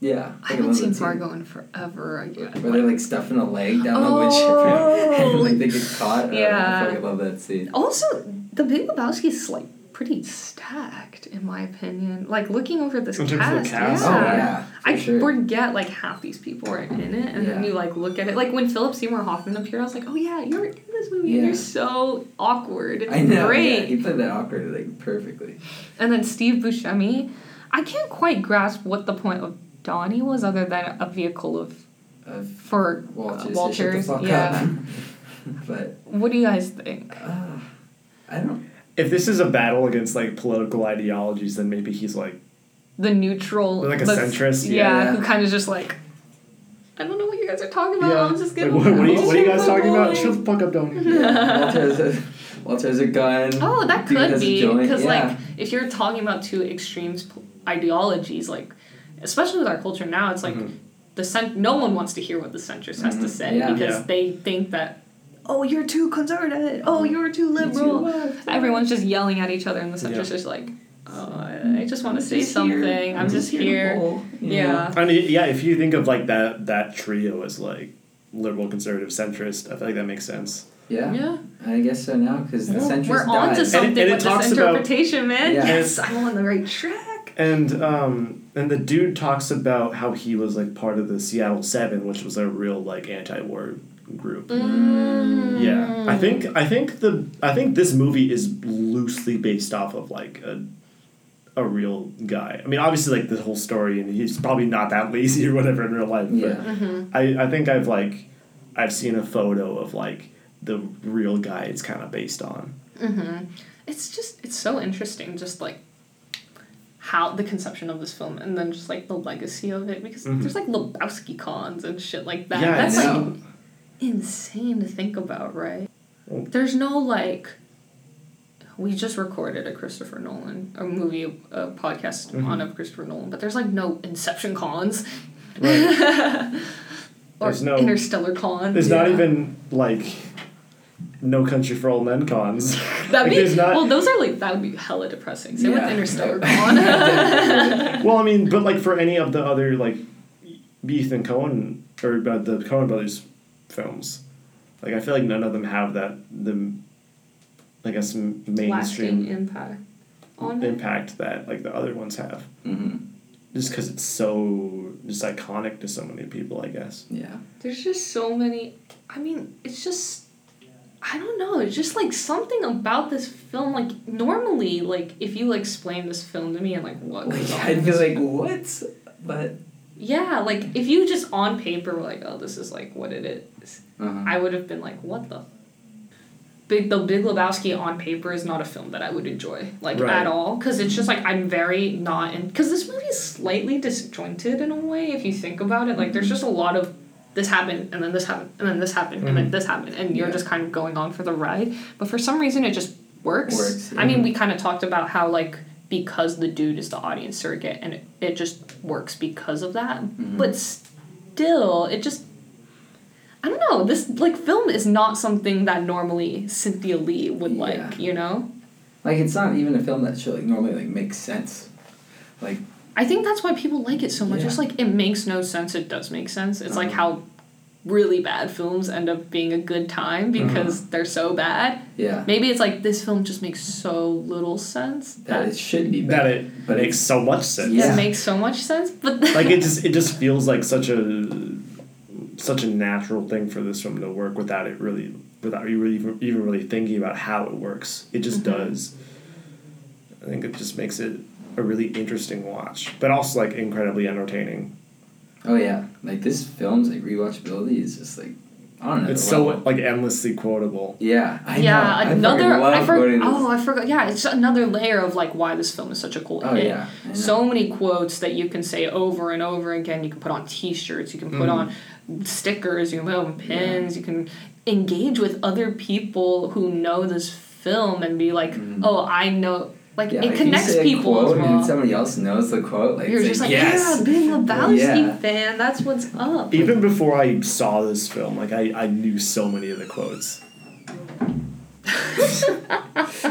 Speaker 2: yeah. like a
Speaker 3: (laughs) I haven't
Speaker 2: London scene.
Speaker 3: seen Fargo in forever. Yeah.
Speaker 2: Where they're like stuffing a leg down the wood chip (laughs) and,
Speaker 3: Oh.
Speaker 2: like they get caught.
Speaker 3: Yeah.
Speaker 2: I fucking love that scene.
Speaker 3: Also, The Big Lebowski is like pretty stacked, in my opinion. Like looking over this
Speaker 1: In terms of the
Speaker 3: cast,
Speaker 1: cast,
Speaker 2: Oh
Speaker 3: yeah.
Speaker 2: yeah. for
Speaker 3: I
Speaker 2: sure.
Speaker 3: forget like half these people are in it, and then
Speaker 2: Yeah.
Speaker 3: you like look at it. Like when Philip Seymour Hoffman appeared, I was like, "Oh yeah, you're in this movie. and
Speaker 2: Yeah.
Speaker 3: You're so awkward. It's
Speaker 2: I know. Yeah,
Speaker 3: great."
Speaker 2: he played that awkward like perfectly.
Speaker 3: And then Steve Buscemi, I can't quite grasp what the point of Donnie was, other than a vehicle of
Speaker 2: Of
Speaker 3: for uh,
Speaker 2: Walters. so Shut the
Speaker 3: Walters.
Speaker 2: fuck
Speaker 3: Yeah.
Speaker 2: Up. (laughs) but
Speaker 3: What do you guys think?
Speaker 2: uh, I
Speaker 3: (laughs)
Speaker 2: don't.
Speaker 1: if this is a battle against like political ideologies then maybe he's like
Speaker 3: The neutral,
Speaker 1: Like a
Speaker 3: the-
Speaker 1: centrist,
Speaker 3: yeah,
Speaker 2: yeah.
Speaker 3: who kind of just like, I don't know what you guys are talking about.
Speaker 1: yeah
Speaker 3: I'm just
Speaker 1: like,
Speaker 3: getting.
Speaker 1: what, what, are you, what are you guys
Speaker 3: I'm
Speaker 1: talking about
Speaker 3: going."
Speaker 1: shut the fuck up Donnie
Speaker 3: (laughs)
Speaker 2: Walter has a Walter has uh, a gun.
Speaker 3: Oh, that
Speaker 2: Dude
Speaker 3: could
Speaker 2: has a
Speaker 3: be
Speaker 2: joint,
Speaker 3: because
Speaker 2: yeah.
Speaker 3: like if you're talking about two extremes p- ideologies, like especially with our culture now, it's like
Speaker 1: Mhm.
Speaker 3: the cent- no one wants to hear what the centrist has to
Speaker 2: Mhm.
Speaker 3: say
Speaker 2: Yeah.
Speaker 3: because
Speaker 1: Yeah.
Speaker 3: they think that oh you're too conservative, oh you're too liberal. Everyone's just yelling at each other, and the centrist
Speaker 1: Yeah.
Speaker 3: is just like, oh, I just want to say something. I'm, just here. Yeah.
Speaker 1: I mean, yeah, if you think of like that that trio as like liberal, conservative, centrist, I feel like that makes sense.
Speaker 2: Yeah.
Speaker 3: Yeah.
Speaker 2: I guess so now because the
Speaker 1: Yeah.
Speaker 2: centrist
Speaker 3: We're on to
Speaker 2: died.
Speaker 3: something
Speaker 1: and it
Speaker 3: with
Speaker 1: talks
Speaker 3: this
Speaker 1: about-
Speaker 3: interpretation, man.
Speaker 2: Yeah.
Speaker 3: Yes, I'm on the right track.
Speaker 1: And um, and the dude talks about how he was like part of the Seattle Seven, which was a real like anti-war group. Yeah, I think I think the I think this movie is loosely based off of like a a real guy. I mean, obviously, like the whole story, and he's probably not that lazy or whatever in real life.
Speaker 2: Yeah.
Speaker 1: But I, I think I've like I've seen a photo of like the real guy it's kind of based on.
Speaker 3: it's just it's so interesting just like how the conception of this film and then just like the legacy of it because
Speaker 1: Mhm.
Speaker 3: there's like Lebowski cons and shit like that.
Speaker 1: Yeah, I
Speaker 3: That's
Speaker 2: I
Speaker 3: like
Speaker 2: know.
Speaker 3: insane to think about, right?
Speaker 1: Well-
Speaker 3: There's no like we just recorded a Christopher Nolan a movie a podcast
Speaker 1: Mm-hmm.
Speaker 3: on of Christopher Nolan, but there's like no Inception cons. (laughs) or
Speaker 1: There's no-
Speaker 3: Interstellar cons.
Speaker 1: There's not
Speaker 2: Yeah.
Speaker 1: even like No Country for Old Men
Speaker 3: (laughs)
Speaker 1: cons.
Speaker 3: That'd
Speaker 1: like,
Speaker 3: be,
Speaker 1: there's not-
Speaker 3: well, those are like that would be hella depressing. Same
Speaker 2: Yeah.
Speaker 3: with Interstellar (laughs) Con.
Speaker 1: well, I mean, but like for any of the other like Ethan Cohen or uh, the Cohen brothers films, like I feel like none of them have that the I guess m-
Speaker 3: Lasting
Speaker 1: mainstream
Speaker 3: impact on it.
Speaker 1: impact that like the other ones have.
Speaker 3: Mm-hmm.
Speaker 2: hmm
Speaker 1: Just because it's so just iconic to so many people, I guess.
Speaker 2: Yeah.
Speaker 3: There's just so many. I mean, it's just I don't know. It's just like something about this film. Like normally, like if you like explain this film to me and like what
Speaker 2: Like
Speaker 3: goes on
Speaker 2: I'd
Speaker 3: in
Speaker 2: be
Speaker 3: this
Speaker 2: like, what? But
Speaker 3: Yeah, like if you just on paper were like, oh, this is like what it is,
Speaker 2: uh
Speaker 3: I would have been like, what the? Big the Big Lebowski on paper is not a film that I would enjoy like
Speaker 1: Right.
Speaker 3: at all because it's just like I'm very not in because this movie is slightly disjointed in a way if you think about it like there's just a lot of this happened and then this happened and then this happened and then this happened and you're
Speaker 2: Mm-hmm. Yeah.
Speaker 3: just kind of going on for the ride but for some reason it just works.
Speaker 2: Works,
Speaker 3: I mean we kind of talked about how like because the dude is the audience surrogate and it, it just works because of that
Speaker 2: Mm-hmm.
Speaker 3: but still it just I don't know. This like film is not something that normally Cynthia Lee would
Speaker 2: Yeah.
Speaker 3: like, you know?
Speaker 2: like it's not even a film that should like normally like make sense. Like
Speaker 3: I think that's why people like it so much.
Speaker 2: Yeah.
Speaker 3: It's like it makes no sense, it does make sense. It's like
Speaker 2: Uh-huh.
Speaker 3: how really bad films end up being a good time
Speaker 2: Uh-huh.
Speaker 3: because they're so bad.
Speaker 2: yeah,
Speaker 3: Maybe it's like this film just makes so little sense
Speaker 2: that it should be
Speaker 1: that
Speaker 2: better.
Speaker 1: it
Speaker 2: But
Speaker 1: makes
Speaker 2: it's-
Speaker 1: so much sense.
Speaker 3: it
Speaker 2: Yeah.
Speaker 3: makes so much sense. But
Speaker 1: Like
Speaker 3: (laughs)
Speaker 1: it just it just feels like such a such a natural thing for this film to work without it really without you really even, even really thinking about how it works. It just
Speaker 2: Mm-hmm.
Speaker 1: does. I think it just makes it a really interesting watch, but also like incredibly entertaining.
Speaker 2: Oh yeah, like this film's like rewatchability is just like I don't know.
Speaker 1: It's
Speaker 2: the
Speaker 1: so
Speaker 2: level.
Speaker 1: like endlessly quotable.
Speaker 2: yeah, I know.
Speaker 3: yeah,
Speaker 2: I
Speaker 3: another
Speaker 2: fucking love
Speaker 3: I, forgot.
Speaker 2: quoting this.
Speaker 3: oh I forgot yeah, it's another layer of like why this film is such a cool
Speaker 2: Oh
Speaker 3: hit.
Speaker 2: yeah. I know.
Speaker 3: so many quotes that you can say over and over again. You can put on T-shirts. You can put
Speaker 2: Mm-hmm.
Speaker 3: on stickers. You can put on pins. You can engage with other people who know this film and be like, "Oh, I know." Like
Speaker 2: Mm-hmm. yeah,
Speaker 3: it
Speaker 2: like,
Speaker 3: connects
Speaker 2: you say
Speaker 3: people
Speaker 2: a quote
Speaker 3: as
Speaker 2: and
Speaker 3: well.
Speaker 2: somebody else knows the quote. Like
Speaker 3: You're
Speaker 2: it's
Speaker 3: just like,
Speaker 2: yes.
Speaker 3: "Yeah, big Lebowski
Speaker 2: Yeah.
Speaker 3: fan. That's what's up."
Speaker 1: Even before I saw this film, like I, I knew so many of the quotes.
Speaker 2: (laughs)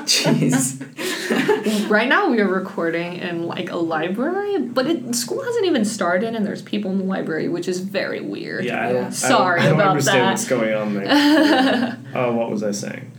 Speaker 2: Jeez.
Speaker 3: right now we are recording in like a library, but it, school hasn't even started, and there's people in the library, which is very weird.
Speaker 1: Yeah, I
Speaker 2: Yeah.
Speaker 1: don't- I don't,
Speaker 3: Sorry
Speaker 1: I don't
Speaker 3: about
Speaker 1: understand
Speaker 3: that.
Speaker 1: what's going on there.
Speaker 3: (laughs)
Speaker 1: Oh, what was I saying?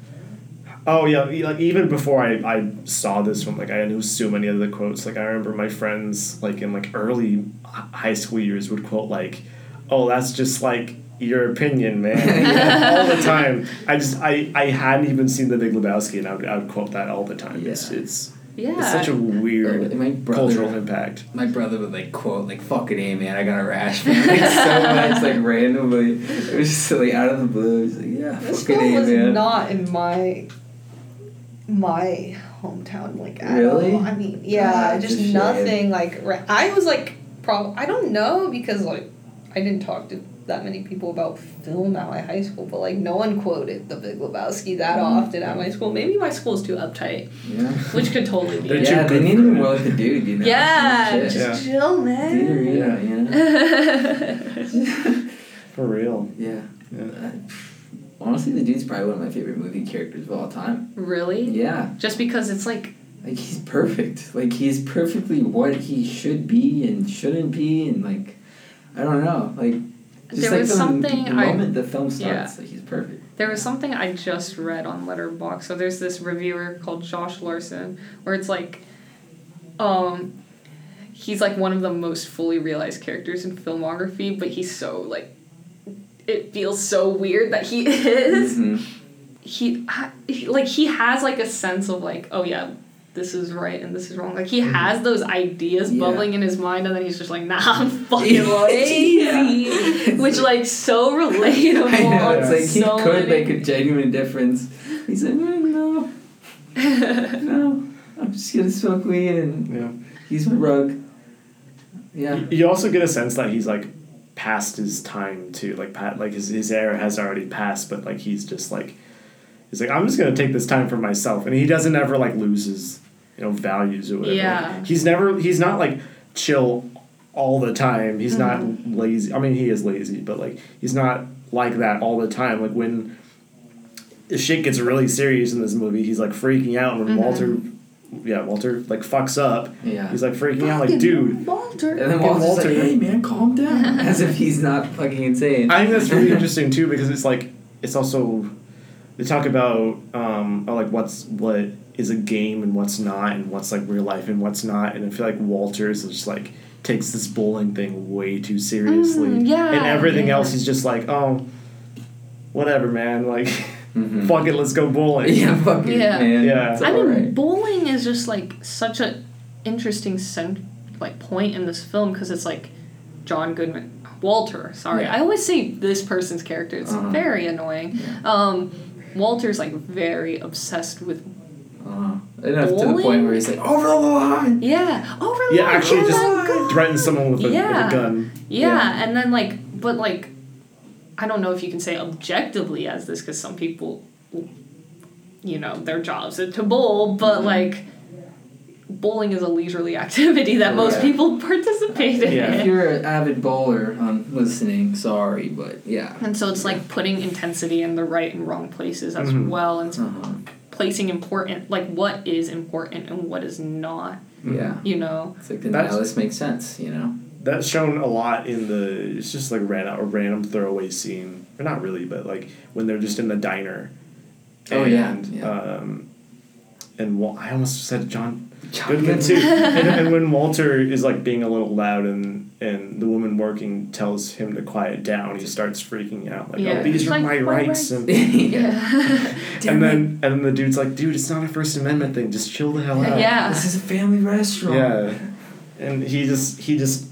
Speaker 1: Oh yeah, e- like even before I, I saw this film, like I knew so many of the quotes. Like I remember my friends, like in like early hi- high school years, would quote like, "Oh, that's just like your opinion,
Speaker 3: (laughs)
Speaker 1: man," all the time. I just I, I hadn't even seen The Big Lebowski, and I would, I would quote that all the time. It's
Speaker 2: Yeah.
Speaker 1: it's
Speaker 3: Yeah.
Speaker 1: it's such a weird
Speaker 2: My brother-
Speaker 1: cultural impact.
Speaker 2: My brother would like quote like "fucking a man, I got a rash." (laughs) Like, so much like randomly, it was just like out of the blue. It was like yeah,
Speaker 4: This
Speaker 2: fucking
Speaker 4: school
Speaker 2: a
Speaker 4: was
Speaker 2: man.
Speaker 4: not in my my hometown like at
Speaker 2: Really?
Speaker 4: all. I mean, yeah,
Speaker 2: Ah,
Speaker 4: just
Speaker 2: just shit.
Speaker 4: nothing like ra- I was like prob I don't know because like I didn't talk to that many people about film at my high school, but like no one quoted The Big Lebowski that
Speaker 2: Mm-hmm.
Speaker 4: often at my school. Maybe
Speaker 3: Maybe my school's too uptight,
Speaker 2: yeah,
Speaker 3: which could totally be.
Speaker 1: They're
Speaker 3: it.
Speaker 1: too
Speaker 2: yeah, they
Speaker 1: good for
Speaker 2: need to be
Speaker 1: it.
Speaker 2: more like a dude, you know.
Speaker 3: (laughs) Yeah,
Speaker 2: Shit.
Speaker 1: just-
Speaker 4: chill,
Speaker 2: Dude,
Speaker 4: man.
Speaker 2: yeah, you know?
Speaker 4: (laughs)
Speaker 1: For real.
Speaker 2: yeah.
Speaker 1: Yeah.
Speaker 2: Uh, Honestly, the dude's probably one of my favorite movie characters of all time.
Speaker 3: really?
Speaker 2: Yeah,
Speaker 3: Just because it's like
Speaker 2: like he's perfect. Like he's perfectly what he should be and shouldn't be, and like I don't know, like just
Speaker 3: There
Speaker 2: like
Speaker 3: was
Speaker 2: the
Speaker 3: something I-
Speaker 2: moment the film starts, like he's
Speaker 3: (laughs)
Speaker 2: perfect.
Speaker 3: there was something I just read on Letterbox. So there's this reviewer called Josh Larson where it's like um he's like one of the most fully realized characters in filmography, but he's so like it feels so weird that he (laughs) is.
Speaker 2: Mhm.
Speaker 3: he ha- he- like he has like a sense of like oh yeah this is right and this is wrong like he has those ideas
Speaker 2: Mm-hmm. Yeah.
Speaker 3: bubbling in his mind and then he's just like nah
Speaker 2: (laughs)
Speaker 3: (laughs) i'm fucking lazy
Speaker 2: Yeah.
Speaker 3: which
Speaker 2: (laughs)
Speaker 3: like (laughs) so relatable
Speaker 2: I know, it's
Speaker 3: on
Speaker 2: like he
Speaker 3: so
Speaker 2: could
Speaker 3: many-
Speaker 2: make a genuine difference. He's like, "Mm,
Speaker 3: (laughs)
Speaker 2: no, no, I'm just gonna smoke weed and
Speaker 1: Yeah.
Speaker 2: use my rug. Yeah.
Speaker 1: Y- You also get a sense that he's like past his time too. Like pat, like his his era has already passed, but like he's just like he's like I'm just gonna take this time for myself, and he doesn't ever like lose his you know values or whatever. Like,
Speaker 3: Yeah.
Speaker 1: he's never he's not like chill all the time. He's not lazy. I mean, he is lazy, but like he's not like that all the time. Like when if shit gets really serious in this movie, he's like freaking out. And when Walter, yeah, Walter like fucks up,
Speaker 2: Yeah.
Speaker 1: he's like freaking out. Like dude.
Speaker 4: Walter.
Speaker 2: And then
Speaker 1: Fucking
Speaker 2: Walter's like,
Speaker 1: Walter.
Speaker 2: hey man, calm down.
Speaker 1: (laughs)
Speaker 2: As if he's not fucking insane.
Speaker 1: I think that's really interesting too because it's like it's also they talk about um oh, like what's what is a game and what's not and what's like real life and what's not and I feel like Walters is just like takes this bowling thing way too seriously
Speaker 3: Mm, yeah,
Speaker 1: and everything
Speaker 3: yeah.
Speaker 1: else he's just like oh whatever man like
Speaker 2: Mhm.
Speaker 1: fuck it, let's go bowling.
Speaker 2: (laughs) Yeah, fuck it,
Speaker 3: Yeah.
Speaker 2: man.
Speaker 1: Yeah.
Speaker 2: It's
Speaker 3: I mean,
Speaker 2: alright.
Speaker 3: bowling is just like such a interesting cent- like point in this film because it's like John Goodman, Walter. Sorry,
Speaker 2: Yeah.
Speaker 3: I always say this person's character. It's
Speaker 2: Uh-huh.
Speaker 3: very annoying. Um, Walter's like very obsessed with
Speaker 2: Uh-huh. Enough to the point where he's like, over the line!
Speaker 3: yeah. Oh, really?
Speaker 1: Yeah, actually,
Speaker 3: oh
Speaker 1: just
Speaker 3: my God.
Speaker 1: threatens someone with a, with
Speaker 3: Yeah.
Speaker 1: a gun.
Speaker 3: Yeah,
Speaker 2: Yeah.
Speaker 3: and then like, but like, I don't know if you can say objectively as this because some people, you know, their jobs are to bowl, but
Speaker 2: Mhm.
Speaker 3: like, bowling is a leisurely (laughs) activity that most
Speaker 2: Oh, Yeah.
Speaker 3: people (laughs) participate in.
Speaker 1: (laughs) Yeah.
Speaker 2: If you're an avid bowler, I'm listening, sorry, but yeah.
Speaker 3: And so it's like putting intensity in the right and wrong places as
Speaker 1: Mhm.
Speaker 3: well, and it's
Speaker 2: Uh-huh.
Speaker 3: placing important, like what is important and what is not,
Speaker 2: Yeah.
Speaker 3: you know.
Speaker 2: It's like, then
Speaker 1: Hmm. That's-
Speaker 2: now this makes sense, you know?
Speaker 1: That's shown a lot in the. It's just like ran a random throwaway scene, or not really, but like when they're just in the diner.
Speaker 2: Oh, yeah,
Speaker 1: and,
Speaker 2: yeah.
Speaker 1: Um, and Wal- I almost said John Goodman
Speaker 2: Chocolate.
Speaker 1: too. (laughs) and, and when Walter is like being a little loud and and the woman working tells him to quiet down, he starts freaking out like,
Speaker 3: Yeah.
Speaker 1: "Oh, these
Speaker 3: He's
Speaker 1: are
Speaker 3: like,
Speaker 1: my
Speaker 3: "My
Speaker 1: rights."
Speaker 3: rights."
Speaker 1: And,
Speaker 2: (laughs) yeah.
Speaker 1: and then and then the dude's like, "Dude, it's not a First Amendment thing. Just chill the hell out."
Speaker 3: yeah.
Speaker 2: This is a family restaurant.
Speaker 1: Yeah. And he just he just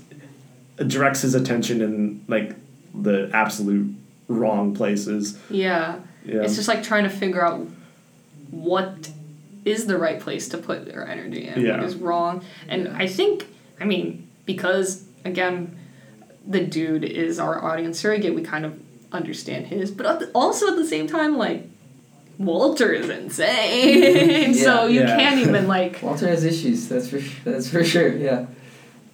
Speaker 1: directs his attention in like the absolute wrong places.
Speaker 3: (laughs) Yeah.
Speaker 1: Yeah.
Speaker 3: It's just like trying to figure out what is the right place to put their energy in,
Speaker 1: Yeah.
Speaker 3: what is wrong. And
Speaker 2: Yeah.
Speaker 3: I think, I mean, because again, the dude is our audience surrogate, we kind of understand his, but at the- also at the same time, like, Walter is insane. so you
Speaker 1: Yeah.
Speaker 3: can't
Speaker 1: (laughs)
Speaker 3: even, like,
Speaker 2: Walter has issues. That's for that's for sure. Yeah.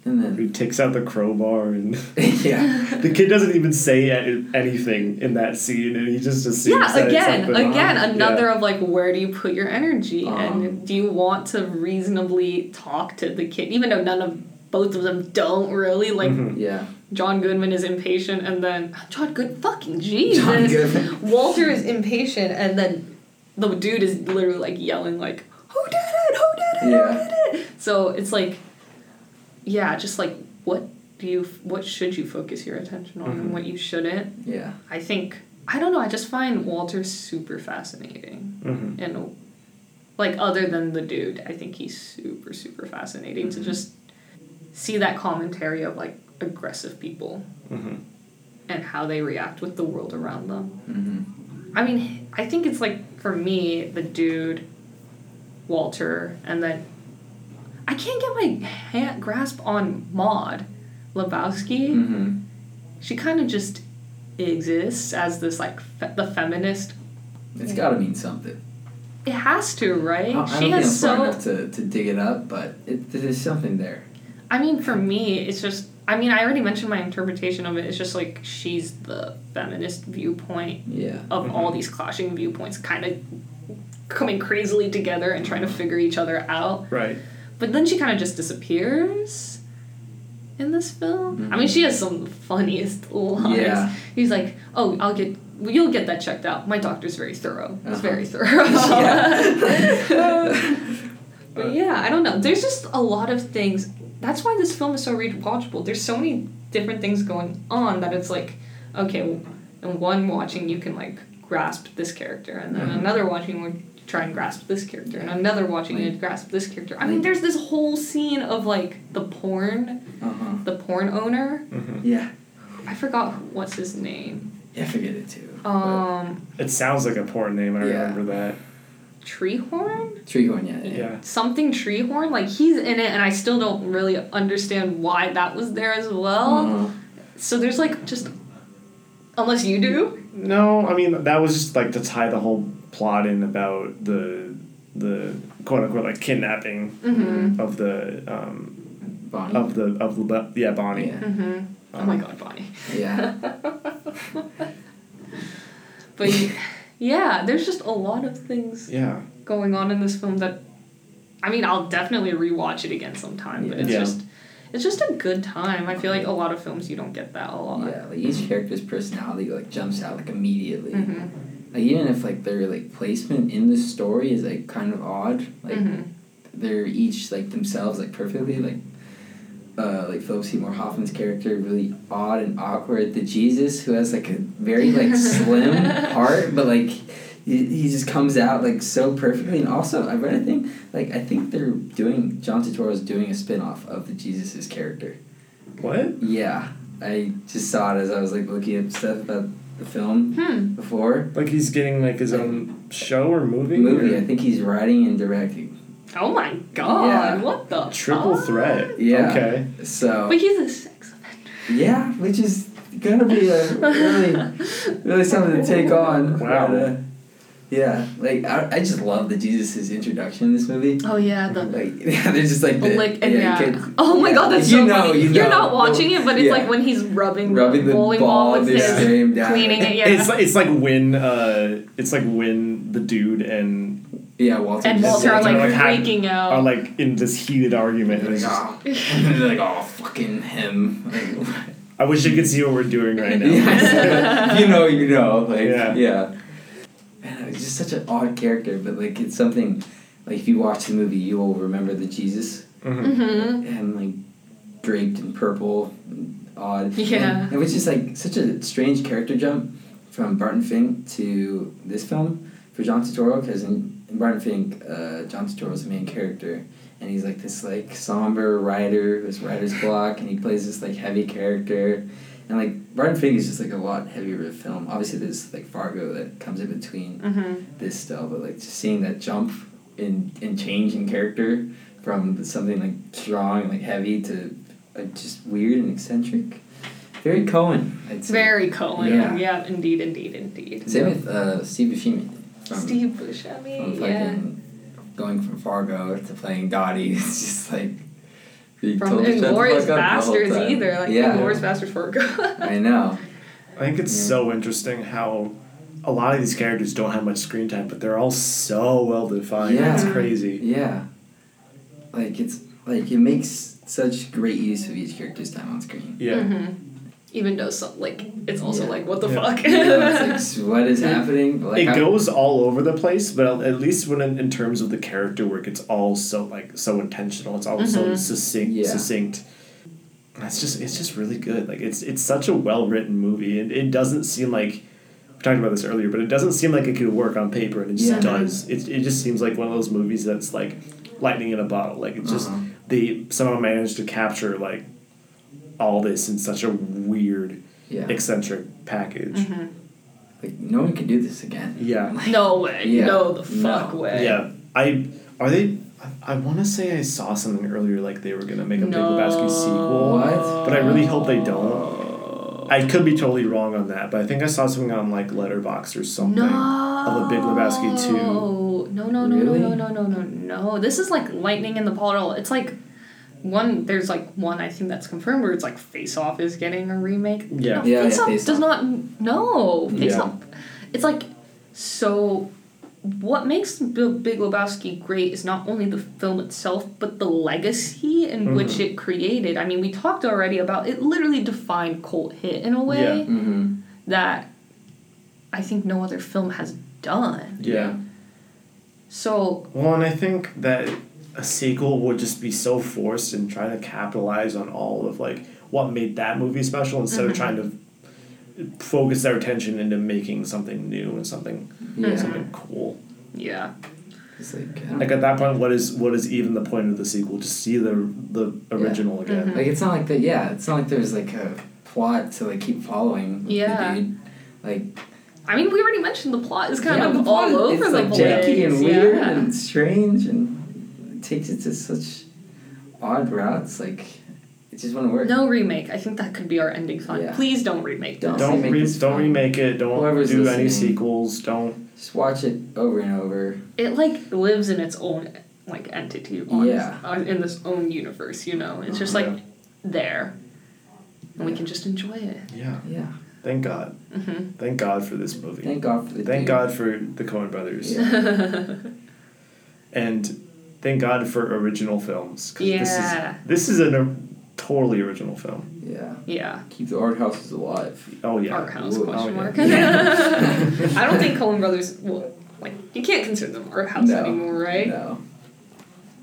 Speaker 2: And then (laughs)
Speaker 1: he takes out the crowbar and (laughs)
Speaker 2: yeah.
Speaker 1: the kid doesn't even say a- anything in that scene and he just assumes
Speaker 3: yeah,
Speaker 1: that it's
Speaker 3: again,
Speaker 1: something-
Speaker 3: again,
Speaker 1: Yeah.
Speaker 3: another of like, where do you put your energy,
Speaker 2: Um.
Speaker 3: and do you want to reasonably talk to the kid, even though none of both of them don't really like.
Speaker 1: Mhm.
Speaker 2: Yeah.
Speaker 3: John Goodman is impatient, and then John Good
Speaker 2: (laughs)
Speaker 3: fucking Jesus,
Speaker 2: John Goodman.
Speaker 3: Walter is impatient, and then the dude is literally like yelling like, "Who did it? Who did it?
Speaker 2: Yeah.
Speaker 3: Who did it?" So it's like, yeah, just like what do you, what should you focus your attention on,
Speaker 2: Mm-hmm.
Speaker 1: Mhm.
Speaker 3: and what you shouldn't.
Speaker 2: Yeah.
Speaker 3: I think I don't know. I just find Walter super fascinating,
Speaker 1: Mhm.
Speaker 3: and like other than the dude, I think he's super super fascinating
Speaker 2: Mm-hmm.
Speaker 3: to just see that commentary of like aggressive people
Speaker 1: Mhm.
Speaker 3: and how they react with the world around them.
Speaker 2: Mm-hmm.
Speaker 3: I mean, I think it's like for me the dude, Walter, and then I can't get my hand, grasp on Maud Lebowski
Speaker 2: Mm-hmm.
Speaker 3: she kind of just exists as this like fe- the feminist.
Speaker 2: It's got to mean something.
Speaker 3: It has to,
Speaker 2: Oh, I, I
Speaker 3: right?
Speaker 2: don't
Speaker 3: she
Speaker 2: think I'm
Speaker 3: has
Speaker 2: smart
Speaker 3: so.
Speaker 2: enough to, to dig it up, but it, there's something there.
Speaker 3: I mean, for me, it's just. I mean, I already mentioned my interpretation of it. It's just like she's the feminist viewpoint
Speaker 2: Yeah.
Speaker 3: of all these clashing viewpoints, kind of coming crazily together and trying to
Speaker 2: Mm-hmm.
Speaker 3: figure each other out.
Speaker 1: Right.
Speaker 3: But then she kind of just disappears in this film. I mean,
Speaker 2: Mhm.
Speaker 3: she has some of the funniest lines.
Speaker 2: Yeah.
Speaker 3: (laughs)
Speaker 2: (laughs)
Speaker 3: He's like, "Oh, I'll get well, you'll get that checked out. My doctor's very thorough. He's
Speaker 2: Uh-huh.
Speaker 3: very
Speaker 2: (laughs)
Speaker 3: thorough." (laughs)
Speaker 2: Yeah. (laughs)
Speaker 3: but yeah, I don't know. There's just a lot of things. That's why this film is so rewatchable. There's so many different things going on that it's like, okay, well, in one watching you can like grasp this character, and then
Speaker 2: Mhm.
Speaker 3: another watching would try and grasp this character, and another watching
Speaker 2: Like-
Speaker 3: would grasp this character. I mean, there's this whole scene of like the porn,
Speaker 2: Uh-huh.
Speaker 3: the porn owner.
Speaker 1: Mhm.
Speaker 2: Yeah.
Speaker 3: I forgot who- what's his name.
Speaker 2: Yeah, I forget it too.
Speaker 3: Um,
Speaker 1: It sounds like a porn name. I
Speaker 2: Yeah.
Speaker 1: remember that.
Speaker 3: Treehorn.
Speaker 2: Treehorn, yeah. Yeah.
Speaker 1: Yeah.
Speaker 3: something treehorn like he's in it and i still don't really understand why that was there as well
Speaker 2: Uh-huh.
Speaker 3: so there's like just unless you do
Speaker 1: No, I mean that was just like to tie the whole plot in about the the quote unquote like kidnapping
Speaker 3: mm-hmm
Speaker 1: of the um
Speaker 2: Bonnie.
Speaker 1: of the of the yeah Bonnie.
Speaker 2: Yeah.
Speaker 3: mm-hmm oh my god bonnie (laughs)
Speaker 2: Yeah.
Speaker 3: but yeah there's just a lot of things
Speaker 1: Yeah.
Speaker 3: going on in this film that i mean i'll definitely rewatch it again sometime but it's
Speaker 1: Yeah.
Speaker 3: just it's just a good time i feel like a lot of films you don't get that a lot
Speaker 2: yeah. Like each character's personality like jumps out like immediately.
Speaker 3: hmm
Speaker 2: Like even if like their like placement in the story is like kind of odd, like
Speaker 3: hmm
Speaker 2: they're each like themselves like perfectly like uh, like Philip Seymour Hoffman's character really
Speaker 3: (laughs)
Speaker 2: odd and awkward. The Jesus who has like a very like slim heart, but like he, he just comes out like so perfectly. And also, I read a thing like I think they're doing John Turturro's doing a spin off of the Jesus's character.
Speaker 1: What?
Speaker 2: Yeah, I just saw it as I was like looking up stuff about the film
Speaker 3: Hmm.
Speaker 2: before
Speaker 1: Like he's getting like his own show or movie?
Speaker 2: movie.
Speaker 1: or-
Speaker 2: I think he's writing and directing.
Speaker 3: Oh my god,
Speaker 2: Yeah.
Speaker 3: what the
Speaker 1: Triple
Speaker 3: fuck?
Speaker 1: threat.
Speaker 2: Yeah.
Speaker 1: Okay.
Speaker 2: So
Speaker 3: But he's a sex offender.
Speaker 2: yeah, which is gonna be a really really something to take on.
Speaker 1: Wow.
Speaker 2: But, uh, yeah, like I, I just love the Jesus's introduction in this movie.
Speaker 3: Oh yeah, the
Speaker 2: Like (laughs) yeah, they're just like
Speaker 3: the
Speaker 2: the,
Speaker 3: lick Oh, and yeah.
Speaker 2: kids-
Speaker 3: (laughs) Oh my
Speaker 2: yeah,
Speaker 3: god, that's
Speaker 2: you
Speaker 3: so
Speaker 2: know,
Speaker 3: funny.
Speaker 2: You know,
Speaker 3: are not watching it, but it's
Speaker 2: yeah.
Speaker 3: like when he's rubbing,
Speaker 2: rubbing the
Speaker 3: bowling
Speaker 2: ball
Speaker 3: ball with
Speaker 2: this
Speaker 3: his
Speaker 2: game down.
Speaker 3: cleaning it, yeah.
Speaker 1: It's like it's like when uh it's like when the dude and
Speaker 2: Yeah, Walter.
Speaker 3: (laughs) and
Speaker 2: just
Speaker 3: Walter are
Speaker 2: sits
Speaker 3: like
Speaker 1: Walter, like,
Speaker 2: there.
Speaker 1: had-
Speaker 3: freaking out.
Speaker 1: are like in this heated argument.
Speaker 2: And
Speaker 1: and
Speaker 2: they're
Speaker 1: it's
Speaker 2: like,
Speaker 1: just-
Speaker 2: oh, (laughs) and they're like, oh, fucking him. Like,
Speaker 3: (laughs)
Speaker 1: I wish you could see what we're doing right
Speaker 2: (laughs)
Speaker 1: now.
Speaker 2: yes. (laughs) you know, you know, like
Speaker 1: Yeah.
Speaker 2: yeah. Man, he's just such an odd character, but like it's something. Like if you watch the movie, you will remember the Jesus
Speaker 1: Mhm.
Speaker 3: mm-hmm.
Speaker 2: and like draped in purple, and odd.
Speaker 3: (laughs) Yeah.
Speaker 2: and, it was just like such a strange character jump from Barton Fink to this film for John Turturro because in, in Barton Fink, uh, John Turturro's the main character. And he's like this like somber writer who's
Speaker 3: (laughs)
Speaker 2: writer's block, and he plays this like heavy character. And like Barton Fink is just like a lot heavier of a film. Obviously, there's like Fargo that comes in between
Speaker 3: Mm-hmm.
Speaker 2: this still, but like just seeing that jump in in change in character from something like strong and like heavy to uh, just weird and eccentric. Very Cohen, I'd
Speaker 3: It's
Speaker 2: say.
Speaker 3: very Cohen. Yeah.
Speaker 2: Yeah.
Speaker 3: indeed, indeed, indeed.
Speaker 2: Same with uh, Steve Buscemi. From,
Speaker 3: Steve
Speaker 2: From
Speaker 3: Buscemi, yeah.
Speaker 2: fucking going from Fargo to playing Dottie. (laughs) It's just like. he
Speaker 3: From
Speaker 2: totally shut the
Speaker 3: Inglorious
Speaker 2: fuck up the whole
Speaker 3: Bastards
Speaker 2: time.
Speaker 3: either. Like
Speaker 2: yeah,
Speaker 3: Inglorious Bastards for
Speaker 2: I know.
Speaker 1: I think it's
Speaker 2: Yeah.
Speaker 1: so interesting how a lot of these characters don't have much screen time, but they're all so well defined.
Speaker 2: Yeah.
Speaker 1: It's crazy.
Speaker 2: Yeah. Like it's like it makes such great use of each character's time on
Speaker 3: (laughs)
Speaker 2: screen.
Speaker 1: Yeah.
Speaker 3: hmm (laughs) Even though some like it's also
Speaker 2: Yeah.
Speaker 3: like what the
Speaker 1: Yeah.
Speaker 3: fuck.
Speaker 2: Yeah, it's like, what is happening? Like,
Speaker 1: it
Speaker 2: I'm-
Speaker 1: goes all over the place, but at least when in, in terms of the character work, it's all so like so intentional. It's all so
Speaker 3: Mhm.
Speaker 1: succinct.
Speaker 2: Mm-hmm. Yeah.
Speaker 1: Succinct. It's just it's just really good. Like it's it's such a well written movie, and it doesn't seem like we talked about this earlier, but it doesn't seem like it could work on paper, and it just
Speaker 2: Yeah.
Speaker 1: does. It it just seems like one of those movies that's like lightning in a bottle. Like it's just
Speaker 2: Uh-huh.
Speaker 1: they somehow managed to capture like all this in such a weird
Speaker 2: Yeah. Mm-hmm.
Speaker 1: eccentric package.
Speaker 3: Mhm.
Speaker 2: like no one can do this again.
Speaker 1: Yeah.
Speaker 3: (laughs) No way.
Speaker 2: (laughs) Yeah.
Speaker 3: No the fuck
Speaker 2: No.
Speaker 3: way.
Speaker 1: Yeah, I are they. I, I want to say I saw something earlier like they were gonna make a Big Lebowski sequel,
Speaker 2: What?
Speaker 1: but I really hope they don't. I could be totally wrong on that, but I think I saw something on like Letterbox or something.
Speaker 3: No.
Speaker 1: of a Big Lebowski two.
Speaker 3: No, no, no, no,
Speaker 2: Really?
Speaker 3: no, no, no, no, no. This is like lightning in the bottle. It's like one. There's like one I think that's confirmed where it's like Face Off is getting a remake.
Speaker 1: Yeah.
Speaker 3: No,
Speaker 2: Yeah,
Speaker 3: Face
Speaker 2: yeah,
Speaker 3: Off
Speaker 2: Face
Speaker 3: does
Speaker 2: Off.
Speaker 3: not. No, Face
Speaker 1: Yeah.
Speaker 3: Off. It's like so. What makes the Big Lebowski great is not only the film itself, but the legacy in
Speaker 1: Mm-hmm.
Speaker 3: which it created. I mean, we talked already about it. Literally defined cult hit in a way
Speaker 1: Yeah.
Speaker 3: Hmm.
Speaker 2: Mm-hmm.
Speaker 3: that I think no other film has done.
Speaker 1: Yeah.
Speaker 3: So
Speaker 1: Well, and I think that a sequel would just be so forced and trying to capitalize on all of like what made that movie special instead of trying to focus their attention into making something new and something
Speaker 2: Yeah.
Speaker 1: something cool.
Speaker 3: yeah,
Speaker 2: It's like, I don't-
Speaker 1: Like at that point, what is what is even the point of the sequel? Just see the the original again.
Speaker 3: Mm.
Speaker 2: like it's not like that. Yeah, it's not like there's like a plot to like keep following. with the
Speaker 3: Yeah.
Speaker 2: dude. Like
Speaker 3: I mean we already mentioned the plot is kind
Speaker 2: yeah, the
Speaker 3: of
Speaker 2: plot,
Speaker 3: all over
Speaker 2: it's
Speaker 3: the
Speaker 2: like
Speaker 3: place.
Speaker 2: janky and
Speaker 3: yeah.
Speaker 2: weird and strange and it takes it to such odd routes. Like it just wouldn't work.
Speaker 3: No remake. I think that could be our ending song.
Speaker 2: Yeah.
Speaker 3: Please don't remake
Speaker 2: Don't.
Speaker 3: this.
Speaker 1: Don't
Speaker 2: Make
Speaker 1: re-
Speaker 2: this
Speaker 1: don't
Speaker 2: fun.
Speaker 1: remake it. Don't
Speaker 2: Whoever's
Speaker 1: do any
Speaker 2: listening.
Speaker 1: sequels. Don't.
Speaker 2: Just watch it over and over.
Speaker 3: It like lives in its own like entity on
Speaker 2: Yeah.
Speaker 3: on- in this own universe. You know, it's just like
Speaker 1: Yeah.
Speaker 3: there, and we can just enjoy it.
Speaker 1: Yeah.
Speaker 2: Yeah.
Speaker 1: Thank God.
Speaker 3: hmm
Speaker 1: Thank God for this movie.
Speaker 2: Thank God for the.
Speaker 1: Thank
Speaker 2: dude.
Speaker 1: God for the Coen Brothers.
Speaker 2: Yeah.
Speaker 1: And thank God for original films. 'cause
Speaker 3: Yeah.
Speaker 1: This is this is a totally original film.
Speaker 2: yeah.
Speaker 3: (laughs) Yeah,
Speaker 2: Keep the art houses alive.
Speaker 3: (laughs)
Speaker 1: Oh yeah.
Speaker 3: art house
Speaker 2: Ooh,
Speaker 3: question
Speaker 1: oh,
Speaker 3: mark. (laughs)
Speaker 2: yeah. (laughs)
Speaker 3: I don't think Coen Brothers will like you can't consider them art house
Speaker 2: No.
Speaker 3: anymore, right?
Speaker 2: No.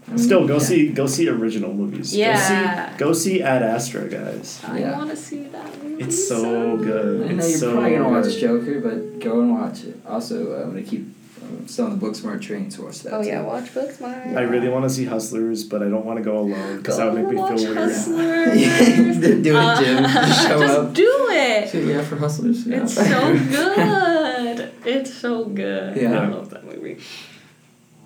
Speaker 2: I mean,
Speaker 1: Still, go
Speaker 2: yeah.
Speaker 1: see go see original movies.
Speaker 3: Yeah.
Speaker 1: Go see, go see Ad Astra, guys.
Speaker 3: I
Speaker 2: Yeah.
Speaker 3: want to see that movie.
Speaker 1: It's so good.
Speaker 2: I know
Speaker 1: It's
Speaker 2: you're
Speaker 1: so
Speaker 2: probably gonna watch
Speaker 1: good.
Speaker 2: Joker, but go and watch it. Also, uh, I'm gonna keep um, still on the Booksmart train to watch that.
Speaker 3: Oh
Speaker 2: too.
Speaker 3: yeah, watch Booksmart.
Speaker 1: I really want to see Hustlers, but I don't want to go alone because that would make me
Speaker 3: watch
Speaker 1: feel (laughs) weird.
Speaker 2: (laughs)
Speaker 3: Hustlers.
Speaker 2: They're doing
Speaker 3: Uh, (laughs)
Speaker 2: gym. Just show
Speaker 3: just
Speaker 2: up.
Speaker 3: do it.
Speaker 2: Shoot, yeah, for hustlers. Yeah. (laughs)
Speaker 3: It's so good. It's so good. I
Speaker 2: Yeah.
Speaker 3: love that movie.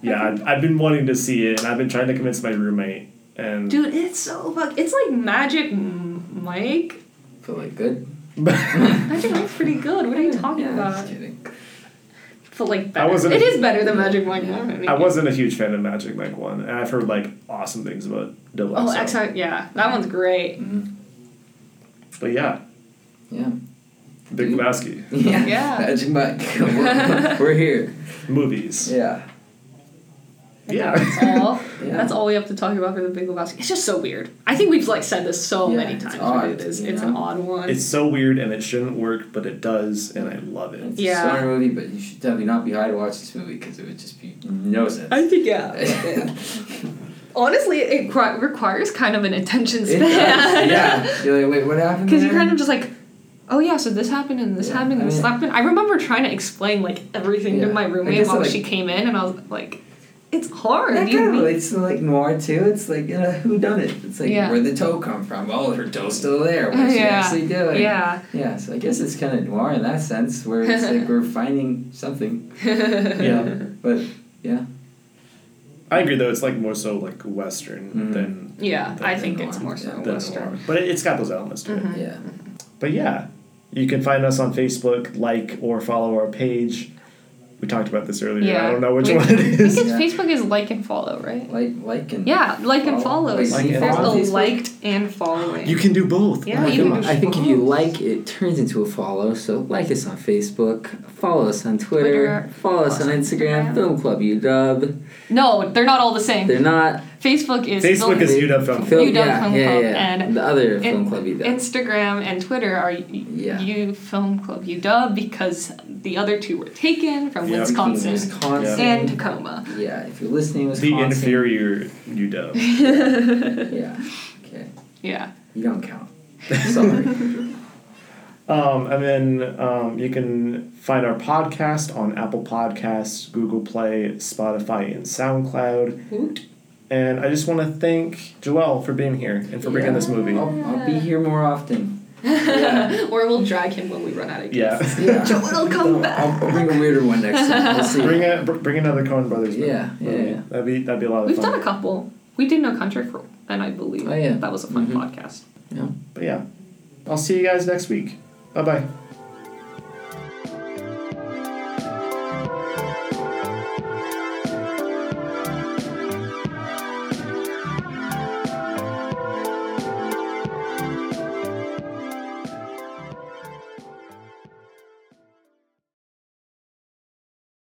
Speaker 1: Yeah, I've, I've been wanting to see it, and I've been trying to convince my roommate. And (laughs)
Speaker 3: Dude, it's so fuck. It's like Magic M- Mike.
Speaker 2: Feel like good.
Speaker 3: Magic Mike's pretty good. What are you talking
Speaker 2: yeah,
Speaker 3: about?
Speaker 2: Just kidding.
Speaker 3: But like better.
Speaker 1: wasn't-
Speaker 3: It is better than Magic Mike.
Speaker 2: Yeah.
Speaker 3: Mormon.
Speaker 1: I wasn't a huge fan of Magic Mike One, and I've heard like awesome things about Double
Speaker 3: Oh,
Speaker 1: XL.
Speaker 3: excellent. Yeah, that one's great.
Speaker 2: Mhm.
Speaker 1: But yeah,
Speaker 2: Yeah.
Speaker 1: Big
Speaker 3: Mm-hmm.
Speaker 2: Dude.
Speaker 1: Lebowski
Speaker 2: (laughs) Yeah.
Speaker 3: Yeah.
Speaker 2: Magic Mike. (laughs) We're, we're here.
Speaker 1: movies.
Speaker 2: Yeah.
Speaker 1: Yeah,
Speaker 2: (laughs)
Speaker 3: That's all.
Speaker 2: Yeah.
Speaker 3: That's all we have to talk about for the Big Lebowski. It's just so weird. I think we've like said this so
Speaker 2: Yeah,
Speaker 3: many
Speaker 2: it's
Speaker 3: times.
Speaker 2: odd,
Speaker 3: but it is.
Speaker 2: you
Speaker 3: It's
Speaker 2: know?
Speaker 3: an odd
Speaker 1: (laughs)
Speaker 3: one.
Speaker 1: it's so weird, and it shouldn't work, but it does, and I love it.
Speaker 2: It's
Speaker 3: Yeah.
Speaker 2: a stoner movie, but you should definitely not be high to watch this movie because it would just be no sense. (laughs)
Speaker 3: (laughs) I think yeah. Honestly, it cri- requires kind of an attention
Speaker 2: It
Speaker 3: span.
Speaker 2: does.
Speaker 3: (laughs)
Speaker 2: Yeah. You're like, wait, what happened?
Speaker 3: Because you're
Speaker 2: there?
Speaker 3: kind of just like, oh yeah, so this happened and this
Speaker 2: Yeah,
Speaker 3: happened
Speaker 2: I
Speaker 3: and this
Speaker 2: mean-
Speaker 3: happened. I remember trying to explain like everything to
Speaker 2: Yeah.
Speaker 3: my
Speaker 2: I
Speaker 3: roommate
Speaker 2: guess I,
Speaker 3: while
Speaker 2: like-
Speaker 3: she came in, and I was like, it's hard.
Speaker 2: That
Speaker 3: you
Speaker 2: kind of
Speaker 3: need-
Speaker 2: relates to like noir too. It's like you know, who done it? It's like
Speaker 3: Yeah.
Speaker 2: where'd the toe come from? Oh, her toe's still there. What's she
Speaker 3: (laughs) Yeah.
Speaker 2: actually doing?
Speaker 3: yeah. (laughs)
Speaker 2: Yeah. So I guess it's kind of noir in that sense, where it's like we're finding something.
Speaker 1: Yeah,
Speaker 2: But yeah,
Speaker 1: I agree though. It's like more so like Western
Speaker 2: Mhm.
Speaker 1: than
Speaker 3: Yeah, I
Speaker 1: Than
Speaker 3: think
Speaker 2: noir.
Speaker 3: it's more so
Speaker 2: Yeah,
Speaker 1: than
Speaker 3: Mm-hmm. Western. Mm-hmm.
Speaker 1: noir. but it, it's got those elements to it.
Speaker 2: yeah.
Speaker 1: But yeah, you can find us on Facebook, like or follow our page. We talked about this earlier.
Speaker 3: Yeah.
Speaker 1: I don't know which
Speaker 3: We-
Speaker 1: one it
Speaker 3: I think
Speaker 1: is.
Speaker 3: it's
Speaker 2: Yeah.
Speaker 3: Facebook is like and follow, right?
Speaker 2: Like like and
Speaker 3: Yeah, like and
Speaker 2: Follow.
Speaker 3: follows.
Speaker 1: Like and
Speaker 3: There's
Speaker 2: follow.
Speaker 3: a liked and following.
Speaker 1: (laughs) You can do both.
Speaker 3: Yeah,
Speaker 2: I
Speaker 3: you
Speaker 2: think,
Speaker 3: can
Speaker 2: I think if you
Speaker 3: follow.
Speaker 2: like, it turns into a follow. So like us on Facebook, follow us on Twitter,
Speaker 3: Twitter.
Speaker 2: follow us on Instagram, Film Club UW.
Speaker 3: no, they're not all the same.
Speaker 2: They're not
Speaker 3: Facebook is
Speaker 1: Facebook is
Speaker 2: Film-
Speaker 1: UW Film.
Speaker 2: Film,
Speaker 3: UW
Speaker 2: yeah,
Speaker 3: Film
Speaker 2: yeah,
Speaker 3: Club
Speaker 2: yeah, yeah.
Speaker 3: and
Speaker 2: the other
Speaker 3: In-
Speaker 2: Film Club UW.
Speaker 3: Instagram and Twitter are y-
Speaker 2: Yeah.
Speaker 3: you Film Club UW because the other two were taken from
Speaker 1: Yeah.
Speaker 3: Wisconsin
Speaker 2: Wisconsin.
Speaker 3: and Tacoma.
Speaker 2: yeah, if you're listening,
Speaker 1: The
Speaker 2: Wisconsin.
Speaker 1: inferior UW.
Speaker 2: Yeah. Okay.
Speaker 3: Yeah. (laughs)
Speaker 2: You don't count. Sorry.
Speaker 1: Um, and then um, you can find our podcast on Apple Podcasts, Google Play, Spotify, and SoundCloud.
Speaker 3: Woot.
Speaker 1: And I just want to thank Joelle for being here and for bringing this movie.
Speaker 2: I'll, I'll be here more
Speaker 3: (laughs)
Speaker 2: often.
Speaker 3: or we'll drag him when we run out
Speaker 1: (laughs)
Speaker 3: of
Speaker 1: Yeah.
Speaker 3: guests.
Speaker 2: Yeah.
Speaker 3: Joel'll come back.
Speaker 2: I'll, I'll bring a weirder one next
Speaker 1: (laughs)
Speaker 2: time. We'll see.
Speaker 1: Bring a, br- bring another Coen Brothers. movie.
Speaker 2: Yeah, yeah, yeah.
Speaker 1: That'd be that'd be a lot of
Speaker 3: We've
Speaker 1: fun.
Speaker 3: done a couple. We did No Country for and I believe
Speaker 2: Oh, yeah.
Speaker 3: that was a fun
Speaker 2: Mhm.
Speaker 3: podcast.
Speaker 2: Yeah.
Speaker 1: But yeah, I'll see you guys next week. Bye bye.